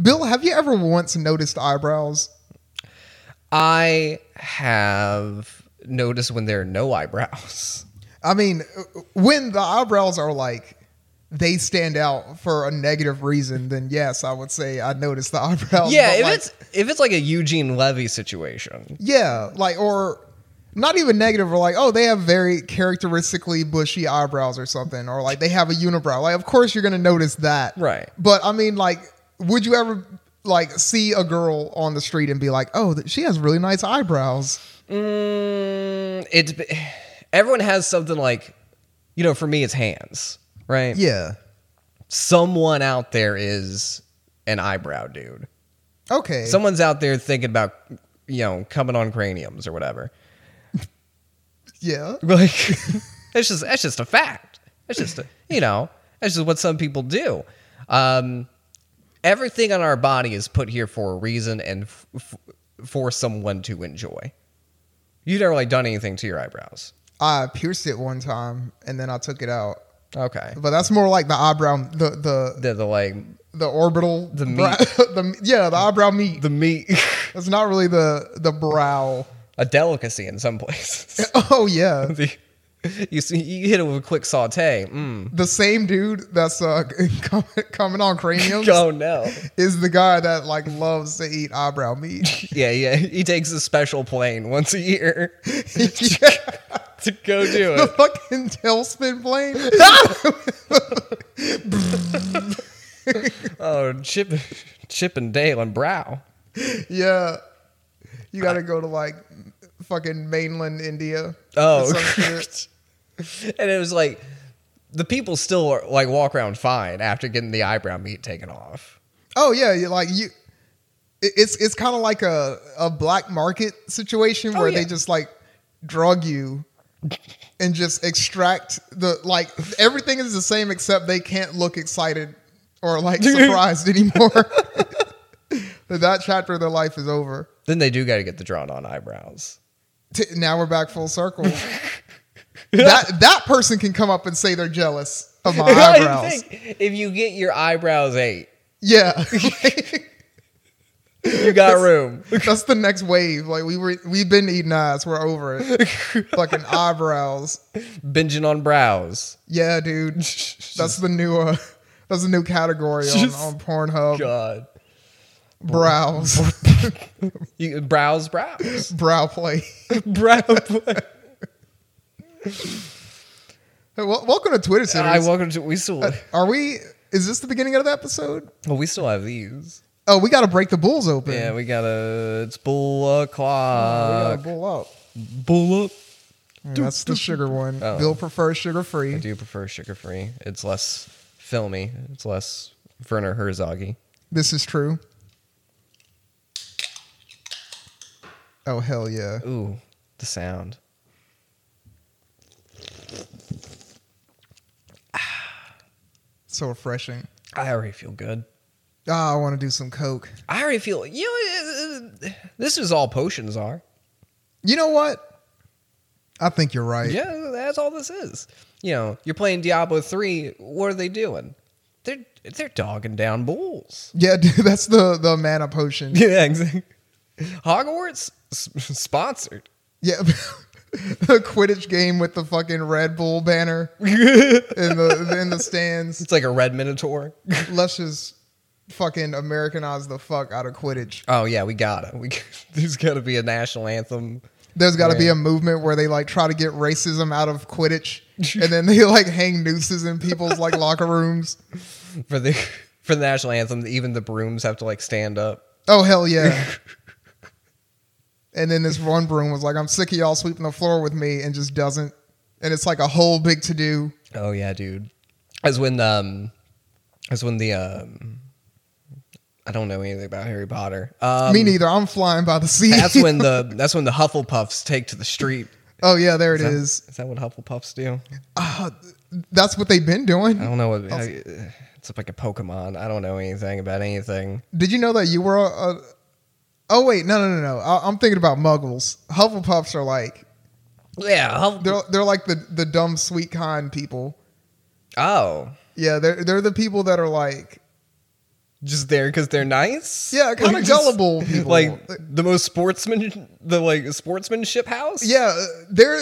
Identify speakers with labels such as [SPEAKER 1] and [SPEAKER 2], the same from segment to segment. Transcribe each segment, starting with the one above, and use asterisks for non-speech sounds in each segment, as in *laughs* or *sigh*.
[SPEAKER 1] Bill, have you ever once noticed eyebrows?
[SPEAKER 2] I have noticed when there are no eyebrows.
[SPEAKER 1] I mean, when the eyebrows are like they stand out for a negative reason, then yes, I would say I noticed the *laughs* eyebrows.
[SPEAKER 2] yeah,
[SPEAKER 1] Oh, but,
[SPEAKER 2] if
[SPEAKER 1] like,
[SPEAKER 2] it's if it's like a Eugene Levy situation.
[SPEAKER 1] yeah, like or not even negative, or like oh, they have very characteristically bushy eyebrows or something, or like they have a unibrow. Like, of course you're gonna notice that,
[SPEAKER 2] Right.
[SPEAKER 1] But I mean, like, would you ever like see a girl on the street and be like, oh, th- she has really nice eyebrows?
[SPEAKER 2] Mm, it's everyone has something like you know, for me it's hands, right?
[SPEAKER 1] Yeah.
[SPEAKER 2] Someone out there is an eyebrow dude.
[SPEAKER 1] Okay.
[SPEAKER 2] Someone's out there thinking about you know, coming on craniums or whatever.
[SPEAKER 1] yeah.
[SPEAKER 2] *laughs* Like that's just that's just a fact. That's just a, you know that's just what some people do. Um, everything on our body is put here for a reason and f- f- for someone to enjoy. You never like done anything to your eyebrows.
[SPEAKER 1] I pierced it one time and then I took it out.
[SPEAKER 2] Okay.
[SPEAKER 1] But that's more like the eyebrow, the the
[SPEAKER 2] The, the like
[SPEAKER 1] the orbital,
[SPEAKER 2] The
[SPEAKER 1] brow- *laughs*
[SPEAKER 2] meat.
[SPEAKER 1] the yeah, the eyebrow meat.
[SPEAKER 2] the meat, *laughs*
[SPEAKER 1] That's not really the the brow. *laughs*
[SPEAKER 2] a delicacy in some places. *laughs*
[SPEAKER 1] Oh yeah,
[SPEAKER 2] The- you see, you hit it with a quick saute. Mm.
[SPEAKER 1] the same dude that's uh *laughs* com- coming on craniums
[SPEAKER 2] Oh no.
[SPEAKER 1] is the guy that like loves to eat eyebrow
[SPEAKER 2] *laughs*
[SPEAKER 1] meat. *laughs*
[SPEAKER 2] Yeah, yeah. He takes a special plane once a year *laughs*
[SPEAKER 1] yeah.
[SPEAKER 2] to go do
[SPEAKER 1] The
[SPEAKER 2] it.
[SPEAKER 1] fucking tailspin plane.
[SPEAKER 2] Oh, Chip, Chip and Dale and Brow.
[SPEAKER 1] yeah, you gotta go to like fucking mainland India. or
[SPEAKER 2] Oh, *laughs*
[SPEAKER 1] some shit.
[SPEAKER 2] and it was like the people still are, like walk around fine after getting the eyebrow meat taken off.
[SPEAKER 1] Oh yeah, you like you. it- It's it's kind of like a a black market situation
[SPEAKER 2] Oh,
[SPEAKER 1] where
[SPEAKER 2] yeah.
[SPEAKER 1] they just like drug you and just extract the like everything is the same except they can't look excited or
[SPEAKER 2] *laughs*
[SPEAKER 1] like surprised anymore. *laughs* That that chapter of their life is over.
[SPEAKER 2] Then they do got to get the drawn on eyebrows.
[SPEAKER 1] T- now we're back full circle.
[SPEAKER 2] *laughs*
[SPEAKER 1] that that person can come up and say they're jealous of my
[SPEAKER 2] *laughs* I
[SPEAKER 1] eyebrows.
[SPEAKER 2] think if you get your eyebrows ate,
[SPEAKER 1] Yeah. *laughs*
[SPEAKER 2] you got room.
[SPEAKER 1] That's the next wave. Like we were, we've been eating eyes. We're over
[SPEAKER 2] *laughs*
[SPEAKER 1] it. Fucking eyebrows.
[SPEAKER 2] Binging on brows.
[SPEAKER 1] Yeah, dude. That's the new. Uh, that's a new category on,
[SPEAKER 2] Just-
[SPEAKER 1] on Pornhub.
[SPEAKER 2] God,
[SPEAKER 1] Brows,
[SPEAKER 2] you, brows, brows,
[SPEAKER 1] *laughs* brow play.
[SPEAKER 2] *laughs* brow.
[SPEAKER 1] Hey, wel- welcome to Twitter
[SPEAKER 2] I
[SPEAKER 1] series.
[SPEAKER 2] welcome to. We still.
[SPEAKER 1] Are we? Is this the beginning of the episode?
[SPEAKER 2] well, we still have these.
[SPEAKER 1] Oh, we got to break the bulls open.
[SPEAKER 2] Yeah,
[SPEAKER 1] we
[SPEAKER 2] we got a. It's bull
[SPEAKER 1] got
[SPEAKER 2] o'clock.
[SPEAKER 1] to bull up.
[SPEAKER 2] Bull up.
[SPEAKER 1] Yeah, that's the sugar one.
[SPEAKER 2] Oh.
[SPEAKER 1] Bill prefers sugar
[SPEAKER 2] I
[SPEAKER 1] free.
[SPEAKER 2] do prefer sugar free. It's less filmy. It's less Werner Herzogy.
[SPEAKER 1] This is true. Oh hell yeah!
[SPEAKER 2] Ooh, the sound.
[SPEAKER 1] So refreshing.
[SPEAKER 2] I already feel good.
[SPEAKER 1] Ah, I want to do some coke.
[SPEAKER 2] I already feel. You know, uh, uh, this is all potions are.
[SPEAKER 1] You know what? I think you're right.
[SPEAKER 2] Yeah, that's all this is. You know, you're playing Diablo three. What are they doing? They're they're dogging down bulls. *laughs*
[SPEAKER 1] Yeah, *laughs* dude, that's the the mana potion.
[SPEAKER 2] Yeah, exactly. Hogwarts s- sponsored. *laughs*
[SPEAKER 1] Yeah. *laughs* the Quidditch game with the fucking Red Bull banner
[SPEAKER 2] it's
[SPEAKER 1] in the in the
[SPEAKER 2] *laughs*
[SPEAKER 1] stands.
[SPEAKER 2] like a red minotaur.
[SPEAKER 1] Let's just fucking Americanize the fuck out of Quidditch.
[SPEAKER 2] Oh yeah, we gotta. We *laughs* there's gotta be a national anthem.
[SPEAKER 1] There's got to be
[SPEAKER 2] Yeah.
[SPEAKER 1] a movement where they like try to get racism out of
[SPEAKER 2] *laughs*
[SPEAKER 1] Quidditch, and then they like hang nooses in people's like locker rooms.
[SPEAKER 2] for the *laughs* for the national anthem, even the brooms have to like stand up.
[SPEAKER 1] Oh hell yeah!
[SPEAKER 2] *laughs*
[SPEAKER 1] and then this one broom was like, "I'm sick of y'all sweeping the floor with me," and just doesn't. And it's like a whole big to do.
[SPEAKER 2] Oh yeah, dude. As when um, as when the um, I don't know anything about Harry Potter. Um,
[SPEAKER 1] me neither. I'm flying by the sea.
[SPEAKER 2] that's when the *laughs* that's when the Hufflepuffs take to the street.
[SPEAKER 1] *laughs* oh yeah, there it
[SPEAKER 2] Is that-
[SPEAKER 1] is. Ah,
[SPEAKER 2] Is that what Hufflepuffs do?
[SPEAKER 1] That's what they've been doing.
[SPEAKER 2] I don't know what I, it's like a Pokemon. I don't know anything about anything.
[SPEAKER 1] Did you know that you were a? a oh wait, no, no, no, no. I, I'm thinking about Muggles. Hufflepuffs are like
[SPEAKER 2] Yeah. Huff-
[SPEAKER 1] they're they're like the the dumb, sweet, kind people.
[SPEAKER 2] oh.
[SPEAKER 1] Yeah, they're they're the people that are like
[SPEAKER 2] just there because they're nice.
[SPEAKER 1] Yeah, kind
[SPEAKER 2] Like,
[SPEAKER 1] of
[SPEAKER 2] just-
[SPEAKER 1] gullible people.
[SPEAKER 2] *laughs* Like the most sportsman, the like sportsmanship house.
[SPEAKER 1] yeah, uh, they're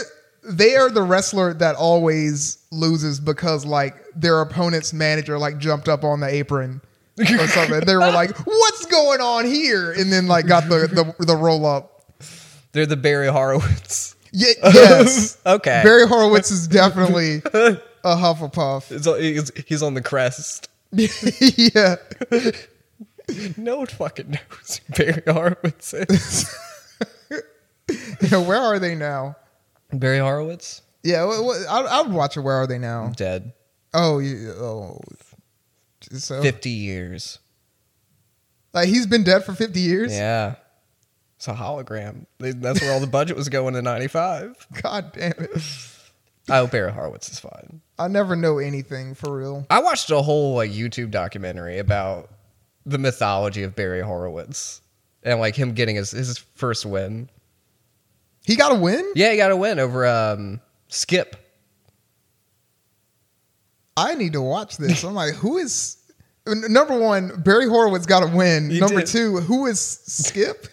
[SPEAKER 1] they are the wrestler that always loses because like their opponent's manager like jumped up on the apron or something. they were
[SPEAKER 2] *laughs*
[SPEAKER 1] like, "What's going on here?" And then like got the the, the roll up.
[SPEAKER 2] they're the Barry Horowitz.
[SPEAKER 1] Yeah,
[SPEAKER 2] *laughs*
[SPEAKER 1] yes.
[SPEAKER 2] Okay.
[SPEAKER 1] Barry Horowitz is definitely a
[SPEAKER 2] *laughs*
[SPEAKER 1] Hufflepuff. *laughs*
[SPEAKER 2] It's, he's, he's on the crest. *laughs*
[SPEAKER 1] yeah.
[SPEAKER 2] No one fucking knows who Barry Horowitz is.
[SPEAKER 1] yeah. Where are they now?
[SPEAKER 2] Barry Horowitz
[SPEAKER 1] Yeah, wh- wh- I, I would watch it. Where are they now?
[SPEAKER 2] dead.
[SPEAKER 1] Oh, yeah, oh. So,
[SPEAKER 2] Fifty years.
[SPEAKER 1] like he's been dead for fifty years.
[SPEAKER 2] Yeah. It's a hologram. They- That's where all the budget was going in '95.
[SPEAKER 1] *laughs* God damn it!
[SPEAKER 2] I hope Barry Horowitz is fine.
[SPEAKER 1] I never know anything for real.
[SPEAKER 2] I watched a whole like YouTube documentary about the mythology of Barry Horowitz and like him getting his, his first win.
[SPEAKER 1] He got a win.
[SPEAKER 2] Yeah, he got a win over um, Skip.
[SPEAKER 1] I need to watch this. I'm like, who is n- number one? Barry Horowitz got a win.
[SPEAKER 2] He
[SPEAKER 1] number
[SPEAKER 2] did.
[SPEAKER 1] two, who is Skip?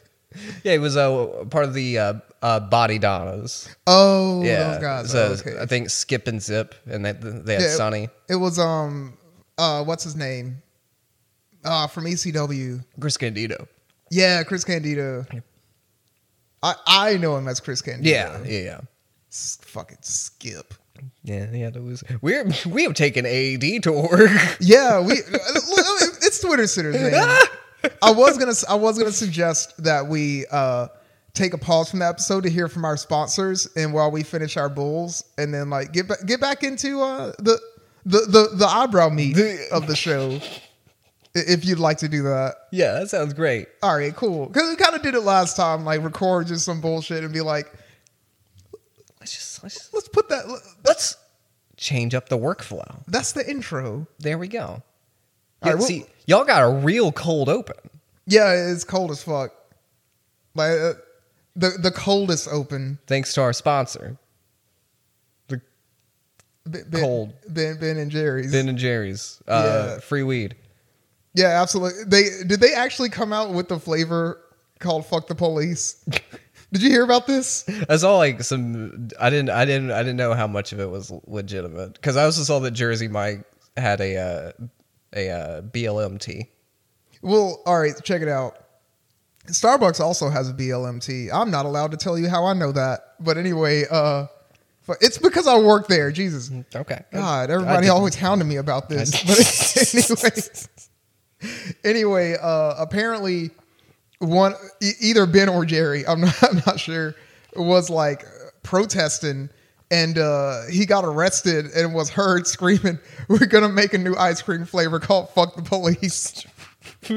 [SPEAKER 2] Yeah, he was uh, part of the uh, uh, Body Donnas.
[SPEAKER 1] Oh,
[SPEAKER 2] *laughs* yeah,
[SPEAKER 1] those guys.
[SPEAKER 2] so
[SPEAKER 1] Oh, okay.
[SPEAKER 2] I think Skip and Zip, and they, they had
[SPEAKER 1] Yeah.
[SPEAKER 2] Sonny
[SPEAKER 1] it was um, uh, what's his name? Uh, from ECW.
[SPEAKER 2] Chris Candido.
[SPEAKER 1] Yeah, Chris Candido. I I know him as Chris Candido.
[SPEAKER 2] Yeah, yeah, yeah.
[SPEAKER 1] S- fucking Skip.
[SPEAKER 2] Yeah, he had to lose. We're we have taken a detour.
[SPEAKER 1] Yeah, we. *laughs* it's Twitter sitters, man. I was gonna. I was gonna suggest that we uh, take a pause from the episode to hear from our sponsors, and while we finish our bulls, and then like get back, get back into uh, the, the the the eyebrow meat of the show, i- if you'd like to do that.
[SPEAKER 2] *laughs* yeah, that sounds great.
[SPEAKER 1] All right, cool. Because we kind of did it last time, like record just some bullshit and be like,
[SPEAKER 2] Let's just let's just,
[SPEAKER 1] let's put that.
[SPEAKER 2] let's change up the workflow.
[SPEAKER 1] That's the intro.
[SPEAKER 2] There we go.
[SPEAKER 1] All right,
[SPEAKER 2] Yeah,
[SPEAKER 1] well-
[SPEAKER 2] see, y'all got a real cold open.
[SPEAKER 1] Yeah, it's cold as fuck. Like uh, the the coldest open.
[SPEAKER 2] Thanks to our sponsor,
[SPEAKER 1] Ben, Ben-
[SPEAKER 2] Cold.
[SPEAKER 1] Ben Ben and Jerry's.
[SPEAKER 2] Ben and Jerry's uh,
[SPEAKER 1] Yeah.
[SPEAKER 2] free weed.
[SPEAKER 1] Yeah, absolutely. They did they actually come out with the flavor called "fuck the police"? did you hear about this?
[SPEAKER 2] I saw like some. I didn't. I didn't. I didn't know how much of it was legitimate because I also saw that Jersey Mike had a uh, a uh, BLM tea.
[SPEAKER 1] Well, all right, check it out. Starbucks also has a BLMT. I'm not allowed to tell you how I know that, but anyway, uh, fu- it's because I work there.
[SPEAKER 2] Mm-hmm.
[SPEAKER 1] Jesus,
[SPEAKER 2] *laughs* Okay.
[SPEAKER 1] God,
[SPEAKER 2] I
[SPEAKER 1] everybody
[SPEAKER 2] didn't-
[SPEAKER 1] always hounding me about this. But *laughs* anyway, anyway, uh, apparently one e- either Ben or Jerry, I'm not, *laughs* I'm not sure, was like protesting and uh, he got arrested and was heard screaming, *laughs* "We're gonna make a new ice cream flavor called Fuck the Police."
[SPEAKER 2] All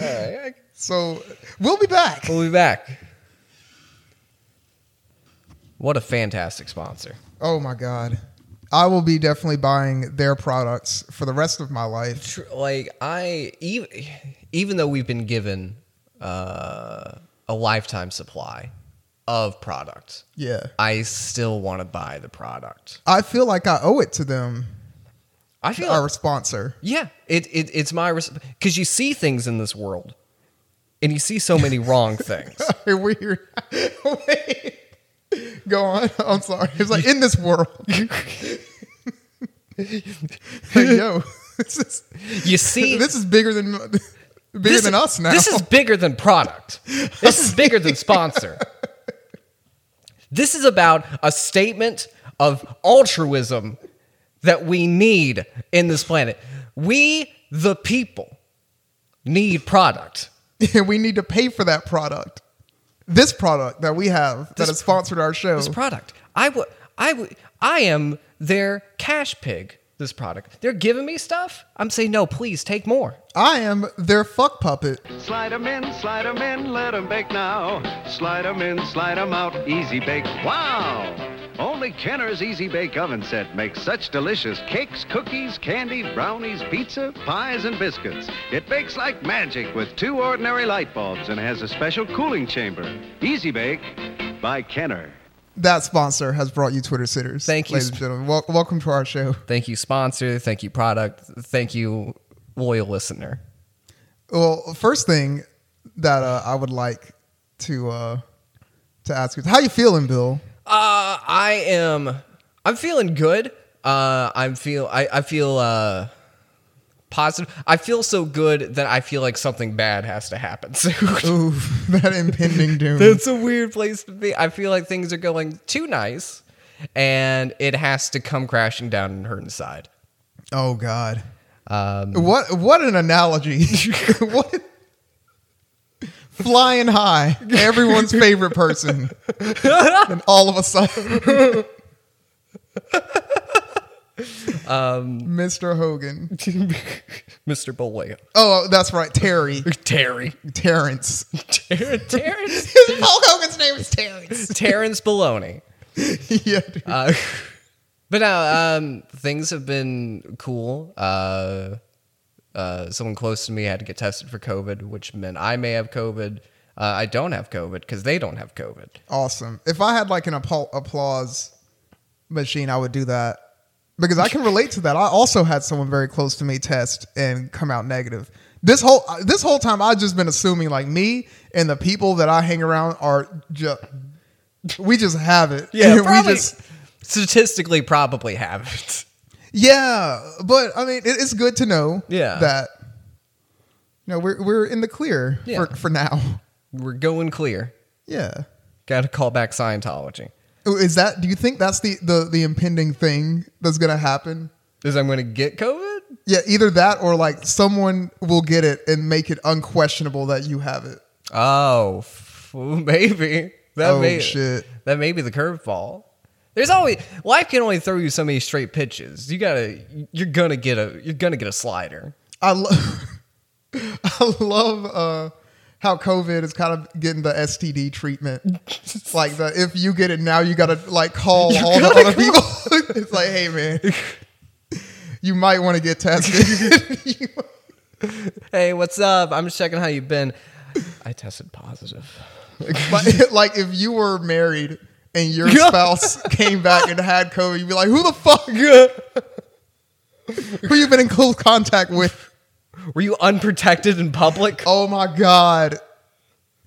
[SPEAKER 2] right.
[SPEAKER 1] So we'll be back.
[SPEAKER 2] We'll be back. What a fantastic sponsor.
[SPEAKER 1] Oh my god. I will be definitely buying their products for the rest of my life.
[SPEAKER 2] Tr- Like I even even though we've been given uh, a lifetime supply of product,
[SPEAKER 1] Yeah.
[SPEAKER 2] I still want to buy the product.
[SPEAKER 1] I feel like I owe it to them,
[SPEAKER 2] I feel
[SPEAKER 1] our sponsor. *laughs*
[SPEAKER 2] yeah, it, it it's my because you see things in this world, and you see so many
[SPEAKER 1] *laughs*
[SPEAKER 2] wrong things.
[SPEAKER 1] Hey, we're here. Wait. Go on. I'm sorry. It's like in this world. *laughs* Like, yo, this is
[SPEAKER 2] You see
[SPEAKER 1] this is bigger than bigger
[SPEAKER 2] this-
[SPEAKER 1] than us now.
[SPEAKER 2] This is bigger than product. This is bigger
[SPEAKER 1] *laughs*
[SPEAKER 2] than sponsor. This is about a statement of altruism that we need in this planet. We, the people, need product.
[SPEAKER 1] and *laughs* we need to pay for that product. This product that we have that
[SPEAKER 2] This-
[SPEAKER 1] has sponsored our show.
[SPEAKER 2] This product. I would. I would. I am their cash pig. This product. They're giving me stuff. I'm saying no. Please take more.
[SPEAKER 1] I am their fuck puppet.
[SPEAKER 3] Slide 'em in, slide 'em in, let 'em bake now. Slide 'em in, slide 'em out, easy bake. Wow! Only Kenner's Easy Bake Oven Set makes such delicious cakes, cookies, candy, brownies, pizza, pies, and biscuits. It bakes like magic with two ordinary light bulbs and has a special cooling chamber. Easy Bake by Kenner.
[SPEAKER 1] That sponsor has brought you Twitter sitters.
[SPEAKER 2] Thank you.
[SPEAKER 1] ladies and gentlemen. Wel- welcome to our show.
[SPEAKER 2] Thank you, sponsor. Thank you, product. Thank you, loyal listener.
[SPEAKER 1] Well, first thing that uh, I would like to uh, to ask you is how you feeling, Bill?
[SPEAKER 2] Uh, I am. I'm feeling good. Uh, I'm feel. I, I feel uh, positive. I feel so good that I feel like something bad has to happen *laughs* soon.
[SPEAKER 1] Ooh, *laughs* that impending doom.
[SPEAKER 2] That's a weird place to be. I feel like things are going too nice, and it has to come crashing down and hurt inside.
[SPEAKER 1] oh God.
[SPEAKER 2] Um,
[SPEAKER 1] What what an analogy. *laughs* what flying high, everyone's favorite person. and all of a sudden Mr. Hogan.
[SPEAKER 2] *laughs* Mr. Boley,
[SPEAKER 1] Oh, that's right, Terry.
[SPEAKER 2] Terry,
[SPEAKER 1] Terrence.
[SPEAKER 2] Ter- Terrence,
[SPEAKER 1] Hulk Hogan's name is Terrence.
[SPEAKER 2] Terrence Baloney.
[SPEAKER 1] *laughs* yeah, dude.
[SPEAKER 2] Uh, but now um, things have been cool. Uh, uh, someone close to me had to get tested for COVID, which meant I may have COVID. Uh, I don't have COVID because they don't have COVID.
[SPEAKER 1] awesome. If I had like an appa- applause machine, I would do that because I can relate to that. I also had someone very close to me test and come out negative. This whole uh, this whole time, I've just been assuming like me and the people that I hang around are just we just have it. And *laughs* we just
[SPEAKER 2] statistically probably have it.
[SPEAKER 1] yeah. But I mean, it, it's good to know.
[SPEAKER 2] Yeah.
[SPEAKER 1] that you know we're we're in the clear
[SPEAKER 2] Yeah.
[SPEAKER 1] for for now. *laughs*
[SPEAKER 2] We're going clear.
[SPEAKER 1] Yeah.
[SPEAKER 2] Got to call back Scientology.
[SPEAKER 1] Is that? Do you think that's the the the impending thing that's gonna happen?
[SPEAKER 2] Is I'm going to get COVID?
[SPEAKER 1] Yeah, either that or like someone will get it and make it unquestionable that you have it.
[SPEAKER 2] Oh, *laughs* f- maybe that
[SPEAKER 1] Oh,
[SPEAKER 2] may
[SPEAKER 1] shit.
[SPEAKER 2] that may be the curveball. There's always life can only throw you so many straight pitches. You gotta you're gonna get a you're gonna get a slider.
[SPEAKER 1] I love, *laughs* I love uh, how COVID is kind of getting the STD treatment. like the if you get it now, you gotta like call all the other people. *laughs* it's like, hey man, you might want to get tested. *laughs* You-
[SPEAKER 2] Hey, what's up? I'm just checking how you've been. I tested positive.
[SPEAKER 1] But *laughs* like if you were married and your spouse came back and had COVID, you'd be like, "Who the fuck? *laughs* Who you been in close contact with?"
[SPEAKER 2] Were you unprotected in public?
[SPEAKER 1] Oh my god,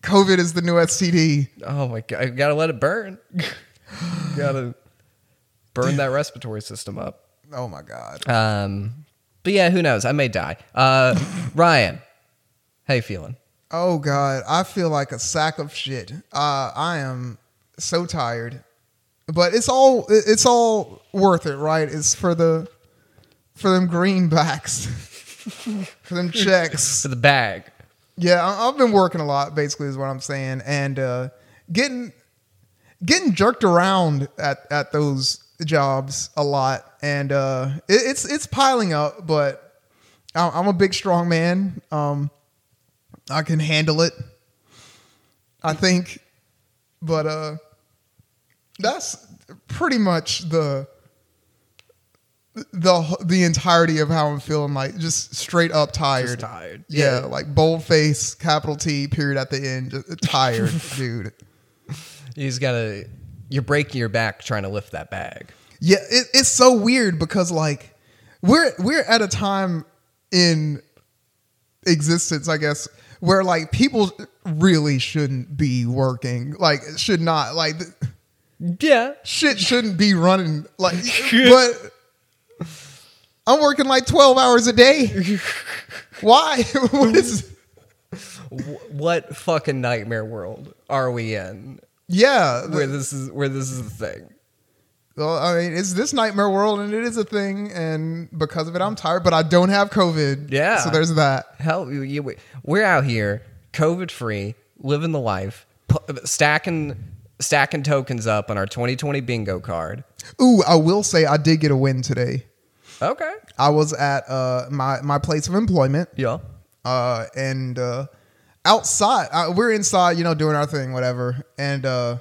[SPEAKER 1] COVID is the new STD.
[SPEAKER 2] Oh my god, you gotta let it burn. You gotta burn that respiratory system up.
[SPEAKER 1] Oh my god.
[SPEAKER 2] Um, but yeah, who knows? I may die.
[SPEAKER 1] *laughs*
[SPEAKER 2] Uh, Ryan, how you feeling?
[SPEAKER 1] Oh god, I feel like a sack of shit. Uh, I am so tired, but it's all it- it's all worth it, right? It's for the for them greenbacks, *laughs* for them checks.
[SPEAKER 2] To the bag.
[SPEAKER 1] Yeah, I- I've been working a lot. Basically, is what I'm saying, and uh, getting getting jerked around at at those jobs a lot, and uh, it, it's it's piling up. But I- I'm a big, strong man. Um, I can handle it. I think, but uh, that's pretty much the the the entirety of how I'm feeling. Like just straight up tired.
[SPEAKER 2] tired.
[SPEAKER 1] Yeah, like bold face, capital T, period at the end. just Tired, *laughs* dude.
[SPEAKER 2] You just gotta. You're breaking your back trying to lift that bag.
[SPEAKER 1] Yeah, it, it's so weird because like we're we're at a time in existence, I guess, where like people really shouldn't be working. Like should not like th-
[SPEAKER 2] Yeah.
[SPEAKER 1] shit shouldn't be running like but I'm working like 12 hours a day. Why? *laughs* what is
[SPEAKER 2] What fucking nightmare world are we in?
[SPEAKER 1] Yeah,
[SPEAKER 2] Where this is where this is the thing.
[SPEAKER 1] Well, I mean, it's this nightmare world, and it is a thing, and because of it, I'm tired. But I don't have COVID.
[SPEAKER 2] Yeah.
[SPEAKER 1] so there's that.
[SPEAKER 2] Hell, you, you, we're out here, COVID free, living the life, pu- stacking stacking tokens up on our 2020 bingo card.
[SPEAKER 1] Ooh, I will say I did get a win today.
[SPEAKER 2] Okay.
[SPEAKER 1] I was at uh, my my place of employment,
[SPEAKER 2] Yeah.
[SPEAKER 1] uh, and uh, outside uh, we're inside, you know, doing our thing, whatever. And uh,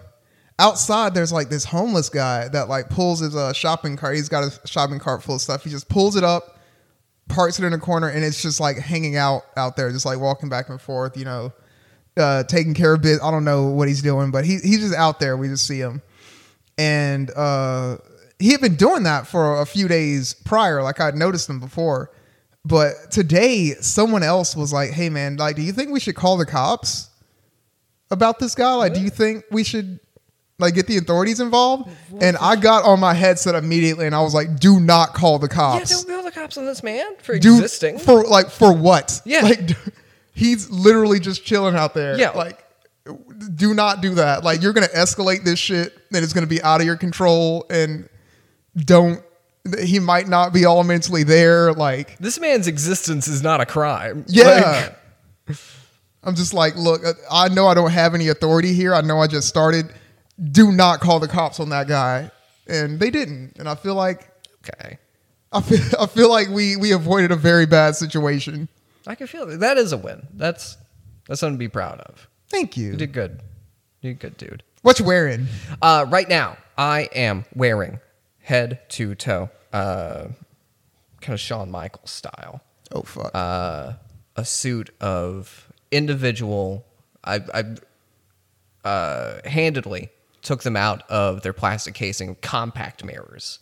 [SPEAKER 1] outside there's like this homeless guy that like pulls his uh, shopping cart. He's got a shopping cart full of stuff. He just pulls it up, parks it in a corner, and it's just like hanging out out there, just like walking back and forth, you know, uh, taking care of bit. I don't know what he's doing, but he he's just out there. We just see him, and uh, he had been doing that for a few days prior. Like I'd noticed him before, But today, someone else was like, "Hey, man, like, do you think we should call the cops about this guy? Like, do you think we should like get the authorities involved?" And I got on my headset immediately, and I was like, "Do not call the
[SPEAKER 2] Yeah,
[SPEAKER 1] cops.
[SPEAKER 2] don't call the cops on this man for
[SPEAKER 1] Do-
[SPEAKER 2] existing.
[SPEAKER 1] for like for what?
[SPEAKER 2] Yeah.
[SPEAKER 1] like d- *laughs* he's literally just chilling out there.
[SPEAKER 2] Yeah.
[SPEAKER 1] like." Do not do that. Like you're gonna escalate this shit, and it's gonna be out of your control. And don't. He might not be all mentally there. Like
[SPEAKER 2] this man's existence is not a crime.
[SPEAKER 1] yeah. *laughs* I'm just like, look, uh, I know I don't have any authority here. I know I just started. Do not call the cops on that guy. And they didn't. And I feel like
[SPEAKER 2] Like, okay.
[SPEAKER 1] I feel, *laughs* I feel like we we avoided a very bad situation.
[SPEAKER 2] I can feel that. That is a win. That's that's something to be proud of.
[SPEAKER 1] Thank you.
[SPEAKER 2] You did good. You did good, dude.
[SPEAKER 1] What you wearing?
[SPEAKER 2] Uh, right now, I am wearing head to toe, uh, kind of Shawn Michaels style,
[SPEAKER 1] Oh fuck.
[SPEAKER 2] uh, a suit of individual. I, I uh, handedly took them out of their plastic casing, compact mirrors,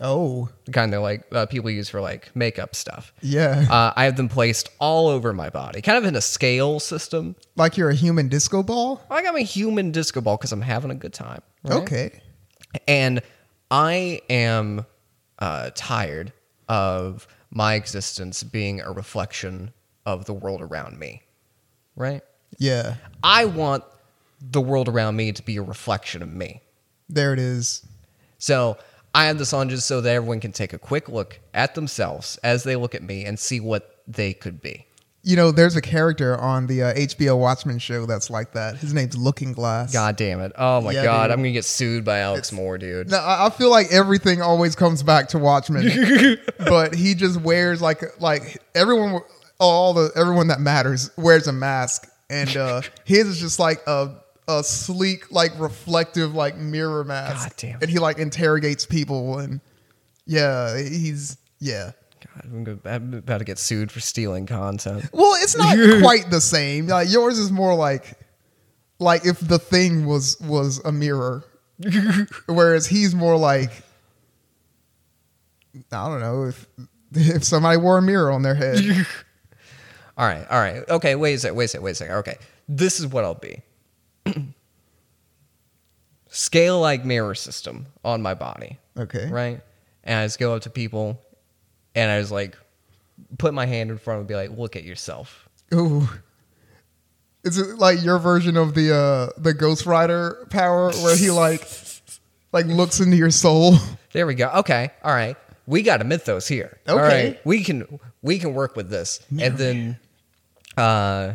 [SPEAKER 1] oh
[SPEAKER 2] the kind they're like uh, people use for like makeup stuff.
[SPEAKER 1] yeah.
[SPEAKER 2] Uh, I have them placed all over my body, kind of in a scale system.
[SPEAKER 1] like you're a human disco ball.
[SPEAKER 2] Like I'm a human disco ball because I'm having a good time. right?
[SPEAKER 1] Okay.
[SPEAKER 2] And I am uh, tired of my existence being a reflection of the world around me, right?
[SPEAKER 1] Yeah.
[SPEAKER 2] I want the world around me to be a reflection of me.
[SPEAKER 1] There it is.
[SPEAKER 2] So I have this on just so that everyone can take a quick look at themselves as they look at me and see what they could be.
[SPEAKER 1] You know, there's a character on the uh, HBO Watchmen show that's like that. His name's Looking Glass.
[SPEAKER 2] God damn it. Oh my
[SPEAKER 1] Yeah,
[SPEAKER 2] God.
[SPEAKER 1] dude.
[SPEAKER 2] I'm going to get sued by Alex Moore, dude.
[SPEAKER 1] No, I I feel like everything always comes back to Watchmen, but he just wears like like everyone, oh, all the everyone that matters wears a mask, and uh, his is just like a a sleek like reflective like mirror mask,
[SPEAKER 2] God damn it.
[SPEAKER 1] and he like interrogates people, and yeah, he's yeah.
[SPEAKER 2] God, I'm, gonna, I'm about to get sued for stealing content.
[SPEAKER 1] Well, it's not quite the same. Like yours is more like like if the thing was was a mirror, whereas he's more like I don't know if if somebody wore a mirror on their head.
[SPEAKER 2] All right, all right. Okay, wait a sec, wait a sec, wait a sec. Okay, this is what I'll be. *clears throat* Scale like mirror system on my body,
[SPEAKER 1] Okay.
[SPEAKER 2] right? And I just go up to people and I just like put my hand in front and be like, look at yourself.
[SPEAKER 1] Ooh. Is it like your version of the uh the Ghost Rider power where he like like looks into your soul? *laughs*
[SPEAKER 2] There we go. Okay, all right. We got a mythos here. All
[SPEAKER 1] Okay.
[SPEAKER 2] right. We can we can work with this. and then uh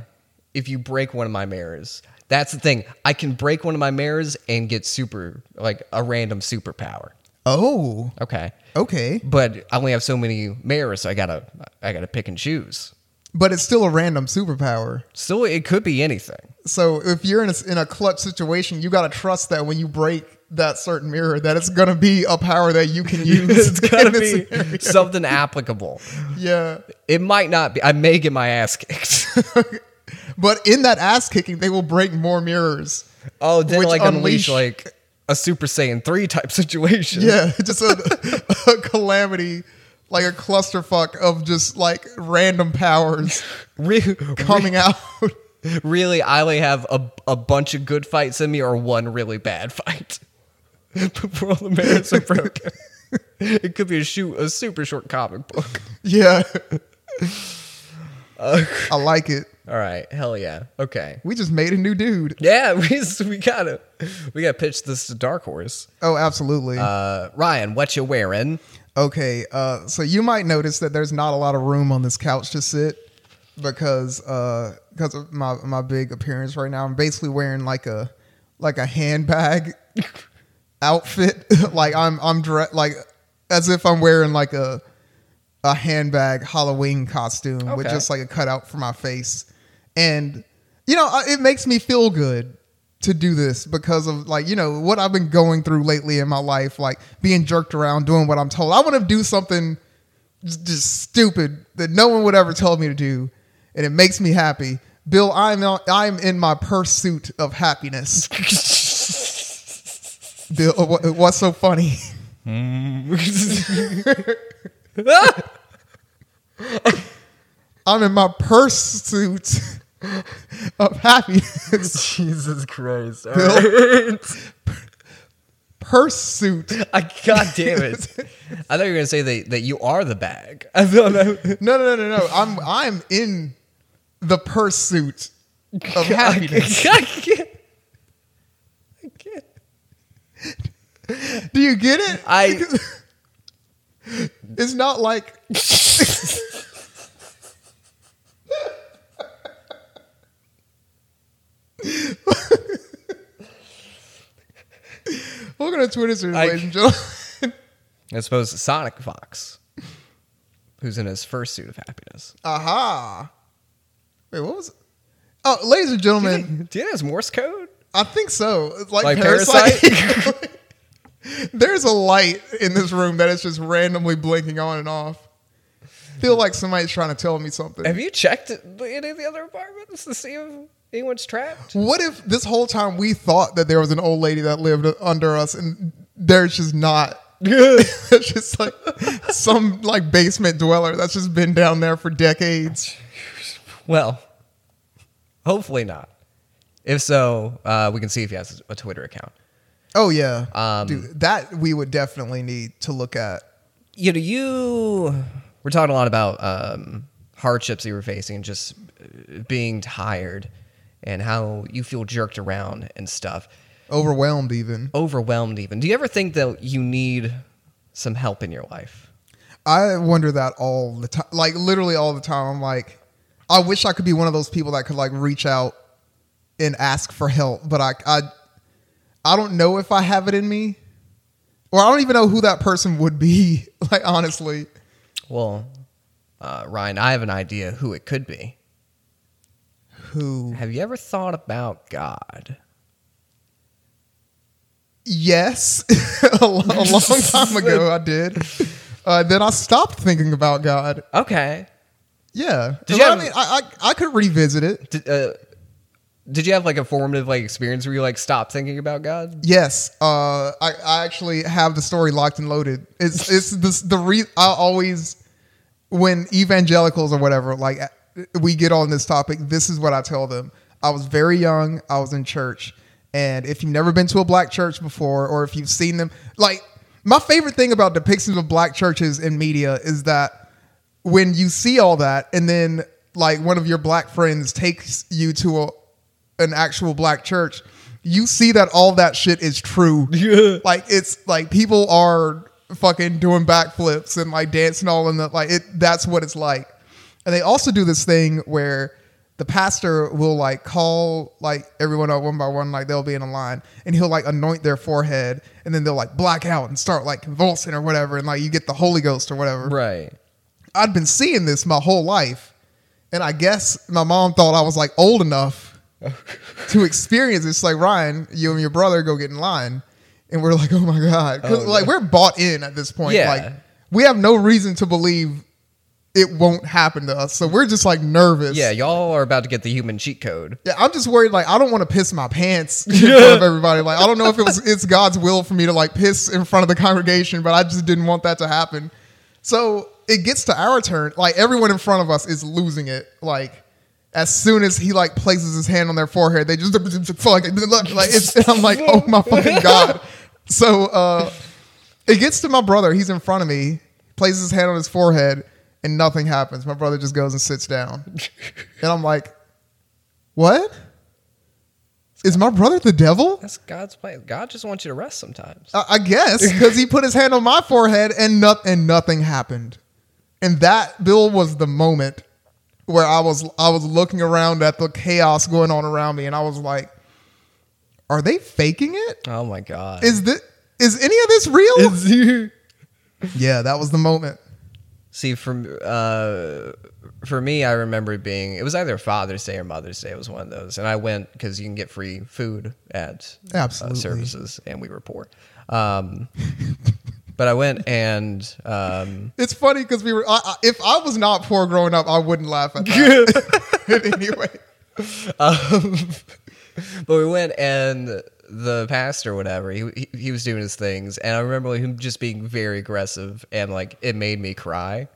[SPEAKER 2] if you break one of my mirrors, that's the thing. I can break one of my mirrors and get super like a random superpower.
[SPEAKER 1] Oh.
[SPEAKER 2] Okay.
[SPEAKER 1] Okay.
[SPEAKER 2] But I only have so many mirrors, so I gotta I gotta pick and choose.
[SPEAKER 1] But it's still a random superpower.
[SPEAKER 2] Still it could be anything.
[SPEAKER 1] So if you're in a, in a clutch situation, you got to trust that when you break that certain mirror, that it's gonna be a power that you can use.
[SPEAKER 2] *laughs* It's
[SPEAKER 1] *laughs*
[SPEAKER 2] gotta
[SPEAKER 1] in this
[SPEAKER 2] be
[SPEAKER 1] scenario.
[SPEAKER 2] something applicable.
[SPEAKER 1] *laughs* yeah.
[SPEAKER 2] It might not be I may get my ass kicked. *laughs*
[SPEAKER 1] But in that ass kicking, they will break more mirrors.
[SPEAKER 2] oh, then
[SPEAKER 1] Which
[SPEAKER 2] like unleash,
[SPEAKER 1] unleash-
[SPEAKER 2] like a Super Saiyan 3 type situation.
[SPEAKER 1] Yeah, *laughs* just a, a calamity, like a clusterfuck of just like random
[SPEAKER 2] *laughs*
[SPEAKER 1] powers
[SPEAKER 2] *laughs* Re-
[SPEAKER 1] coming out. *laughs*
[SPEAKER 2] really, I only have a, a bunch of good fights in me or one really bad *laughs* fight. Before all the mirrors are broken. it could be a shoot a super short comic book. *laughs*
[SPEAKER 1] yeah.
[SPEAKER 2] Uh,
[SPEAKER 1] I like it.
[SPEAKER 2] All right, hell yeah. Okay.
[SPEAKER 1] We just made a new dude.
[SPEAKER 2] Yeah, *laughs* we we gotta we gotta pitch this to Dark Horse.
[SPEAKER 1] Oh, absolutely.
[SPEAKER 2] Uh, Ryan, what you wearing?
[SPEAKER 1] Okay, uh, so you might notice that there's not a lot of room on this couch to sit because uh, because of my my big appearance right now. I'm basically wearing like a like a handbag outfit. *laughs* like I'm I'm dre- like as if I'm wearing like a a handbag Halloween costume with
[SPEAKER 2] Okay.
[SPEAKER 1] just like a cutout for my face, and you know I- it makes me feel good to do this because of like you know what I've been going through lately in my life, like being jerked around, doing what I'm told. I want to do something j- just stupid that no one would ever tell me to do, and it makes me happy. Bill, I'm on, I'm in my pursuit of happiness. *laughs* Bill, what, what's so funny? I'm in my pursuit of happiness.
[SPEAKER 2] *laughs* Jesus Christ. All right.
[SPEAKER 1] Pursuit.
[SPEAKER 2] *laughs* I, God damn it. I thought you were going to say that, that you are the bag. *laughs* I thought that,
[SPEAKER 1] No, no, no, no, no. I'm I'm in the pursuit of happiness.
[SPEAKER 2] I can't. I can't.
[SPEAKER 1] Do you get it?
[SPEAKER 2] I-
[SPEAKER 1] *laughs* it's not
[SPEAKER 2] *laughs*
[SPEAKER 1] like Welcome to Twitter, series,
[SPEAKER 2] I-
[SPEAKER 1] ladies and gentlemen.
[SPEAKER 2] *laughs* I suppose Sonic Fox, who's in his first suit of happiness.
[SPEAKER 1] Aha. Wait, what was? Oh, ladies and
[SPEAKER 2] Do you
[SPEAKER 1] gentlemen,
[SPEAKER 2] think, do you think that's Morse code?
[SPEAKER 1] I think so. It's Like,
[SPEAKER 2] Like
[SPEAKER 1] parasite. *laughs* There's a light in this room that is just randomly blinking on and off. Feel like somebody's trying to tell me something.
[SPEAKER 2] Have you checked any of the other apartments to see if anyone's trapped?
[SPEAKER 1] what if this whole time we thought that there was an old lady that lived under us and there's just
[SPEAKER 2] *laughs*
[SPEAKER 1] not? it's just like some like basement dweller that's just been down there for decades.
[SPEAKER 2] Well, hopefully not. If so, uh, we can see if he has a Twitter account.
[SPEAKER 1] Oh yeah,
[SPEAKER 2] Um,
[SPEAKER 1] Dude, that we would definitely need to look at.
[SPEAKER 2] You know, you we're talking a lot about um, hardships you were facing and just uh, being tired and how you feel jerked around and stuff,
[SPEAKER 1] Overwhelmed, even.
[SPEAKER 2] overwhelmed even. Do you ever think that you need some help in your life?
[SPEAKER 1] I wonder that all the time, like literally all the time. I'm like, I wish I could be one of those people that could like reach out and ask for help, but I, I, I don't know if I have it in me, or I don't even know who that person would be. *laughs* Like honestly,
[SPEAKER 2] Well, uh, Ryan, I have an idea who it could be.
[SPEAKER 1] who?
[SPEAKER 2] Have you ever thought about God?
[SPEAKER 1] Yes, *laughs* a, lo- a long
[SPEAKER 2] *laughs*
[SPEAKER 1] time ago I did. Uh, then I stopped thinking about God.
[SPEAKER 2] Okay.
[SPEAKER 1] Yeah,
[SPEAKER 2] Did
[SPEAKER 1] 'Cause
[SPEAKER 2] you
[SPEAKER 1] I
[SPEAKER 2] have-
[SPEAKER 1] mean, I, I, I could revisit it.
[SPEAKER 2] Did, uh, did you have like a formative like experience where you like stopped thinking about God?
[SPEAKER 1] Yes, uh, I, I actually have the story locked and loaded. It's it's the the re- I always when evangelicals or whatever like we get on this topic. This is what I tell them. I was very young. I was in church, and if you've never been to a black church before, or if you've seen them, like my favorite thing about depictions of black churches in media is that when you see all that, and then like one of your black friends takes you to a an actual black church, you see that all that shit is true. *laughs* Like it's like people are fucking doing backflips and like dancing all in the like it that's what it's like. And they also do this thing where the pastor will like call like everyone up one by one, like they'll be in a line, and he'll like anoint their forehead and then they'll like black out and start like convulsing or whatever, and like you get the Holy Ghost or whatever.
[SPEAKER 2] Right.
[SPEAKER 1] I'd been seeing this my whole life. And I guess my mom thought I was like old enough
[SPEAKER 2] *laughs*
[SPEAKER 1] to experience this. Like, Ryan, you and your brother go get in line. And we're like, oh my God. 'Cause,
[SPEAKER 2] Oh, no.
[SPEAKER 1] like, we're bought in at this point.
[SPEAKER 2] Yeah.
[SPEAKER 1] Like, we have no reason to believe it won't happen to us. So we're just like nervous.
[SPEAKER 2] Yeah, y'all are about to get the human cheat code.
[SPEAKER 1] Yeah, I'm just worried. Like, I don't want to piss my pants in front of everybody. Like, I don't know if it was it's God's will for me to like piss in front of the congregation, but I just didn't want that to happen. So it gets to our turn. Like, everyone in front of us is losing it. Like, as soon as he like places his hand on their forehead, they just *laughs* like, like it's, and I'm like, oh my fucking god. So uh, it gets to my brother. He's in front of me, places his hand on his forehead, and nothing happens. My brother just goes and sits down, and I'm like. What? Is my brother the devil?
[SPEAKER 2] That's God's plan. God just wants you to rest sometimes.
[SPEAKER 1] I, I guess because he put his hand on my forehead and not, and nothing happened. And that Bill was the moment where I was I was looking around at the chaos going on around me, and I was like, "Are they faking it?
[SPEAKER 2] Oh my God. *laughs*
[SPEAKER 1] Is this is any of this real?" yeah, that was the moment.
[SPEAKER 2] See, for uh, for me, I remember it being it was either Father's Day or Mother's Day. It was one of those, and I went because you can get free food at uh,
[SPEAKER 1] Absolutely.
[SPEAKER 2] services, and we were poor. Um, *laughs* but I went and um,
[SPEAKER 1] It's funny because we were. I, I, if I was not poor growing up, I wouldn't laugh at that. *laughs*
[SPEAKER 2] *laughs*
[SPEAKER 1] anyway,
[SPEAKER 2] um, *laughs* but we went and the pastor, whatever, he, he he was doing his things, and I remember him just being very aggressive, and like it made me cry.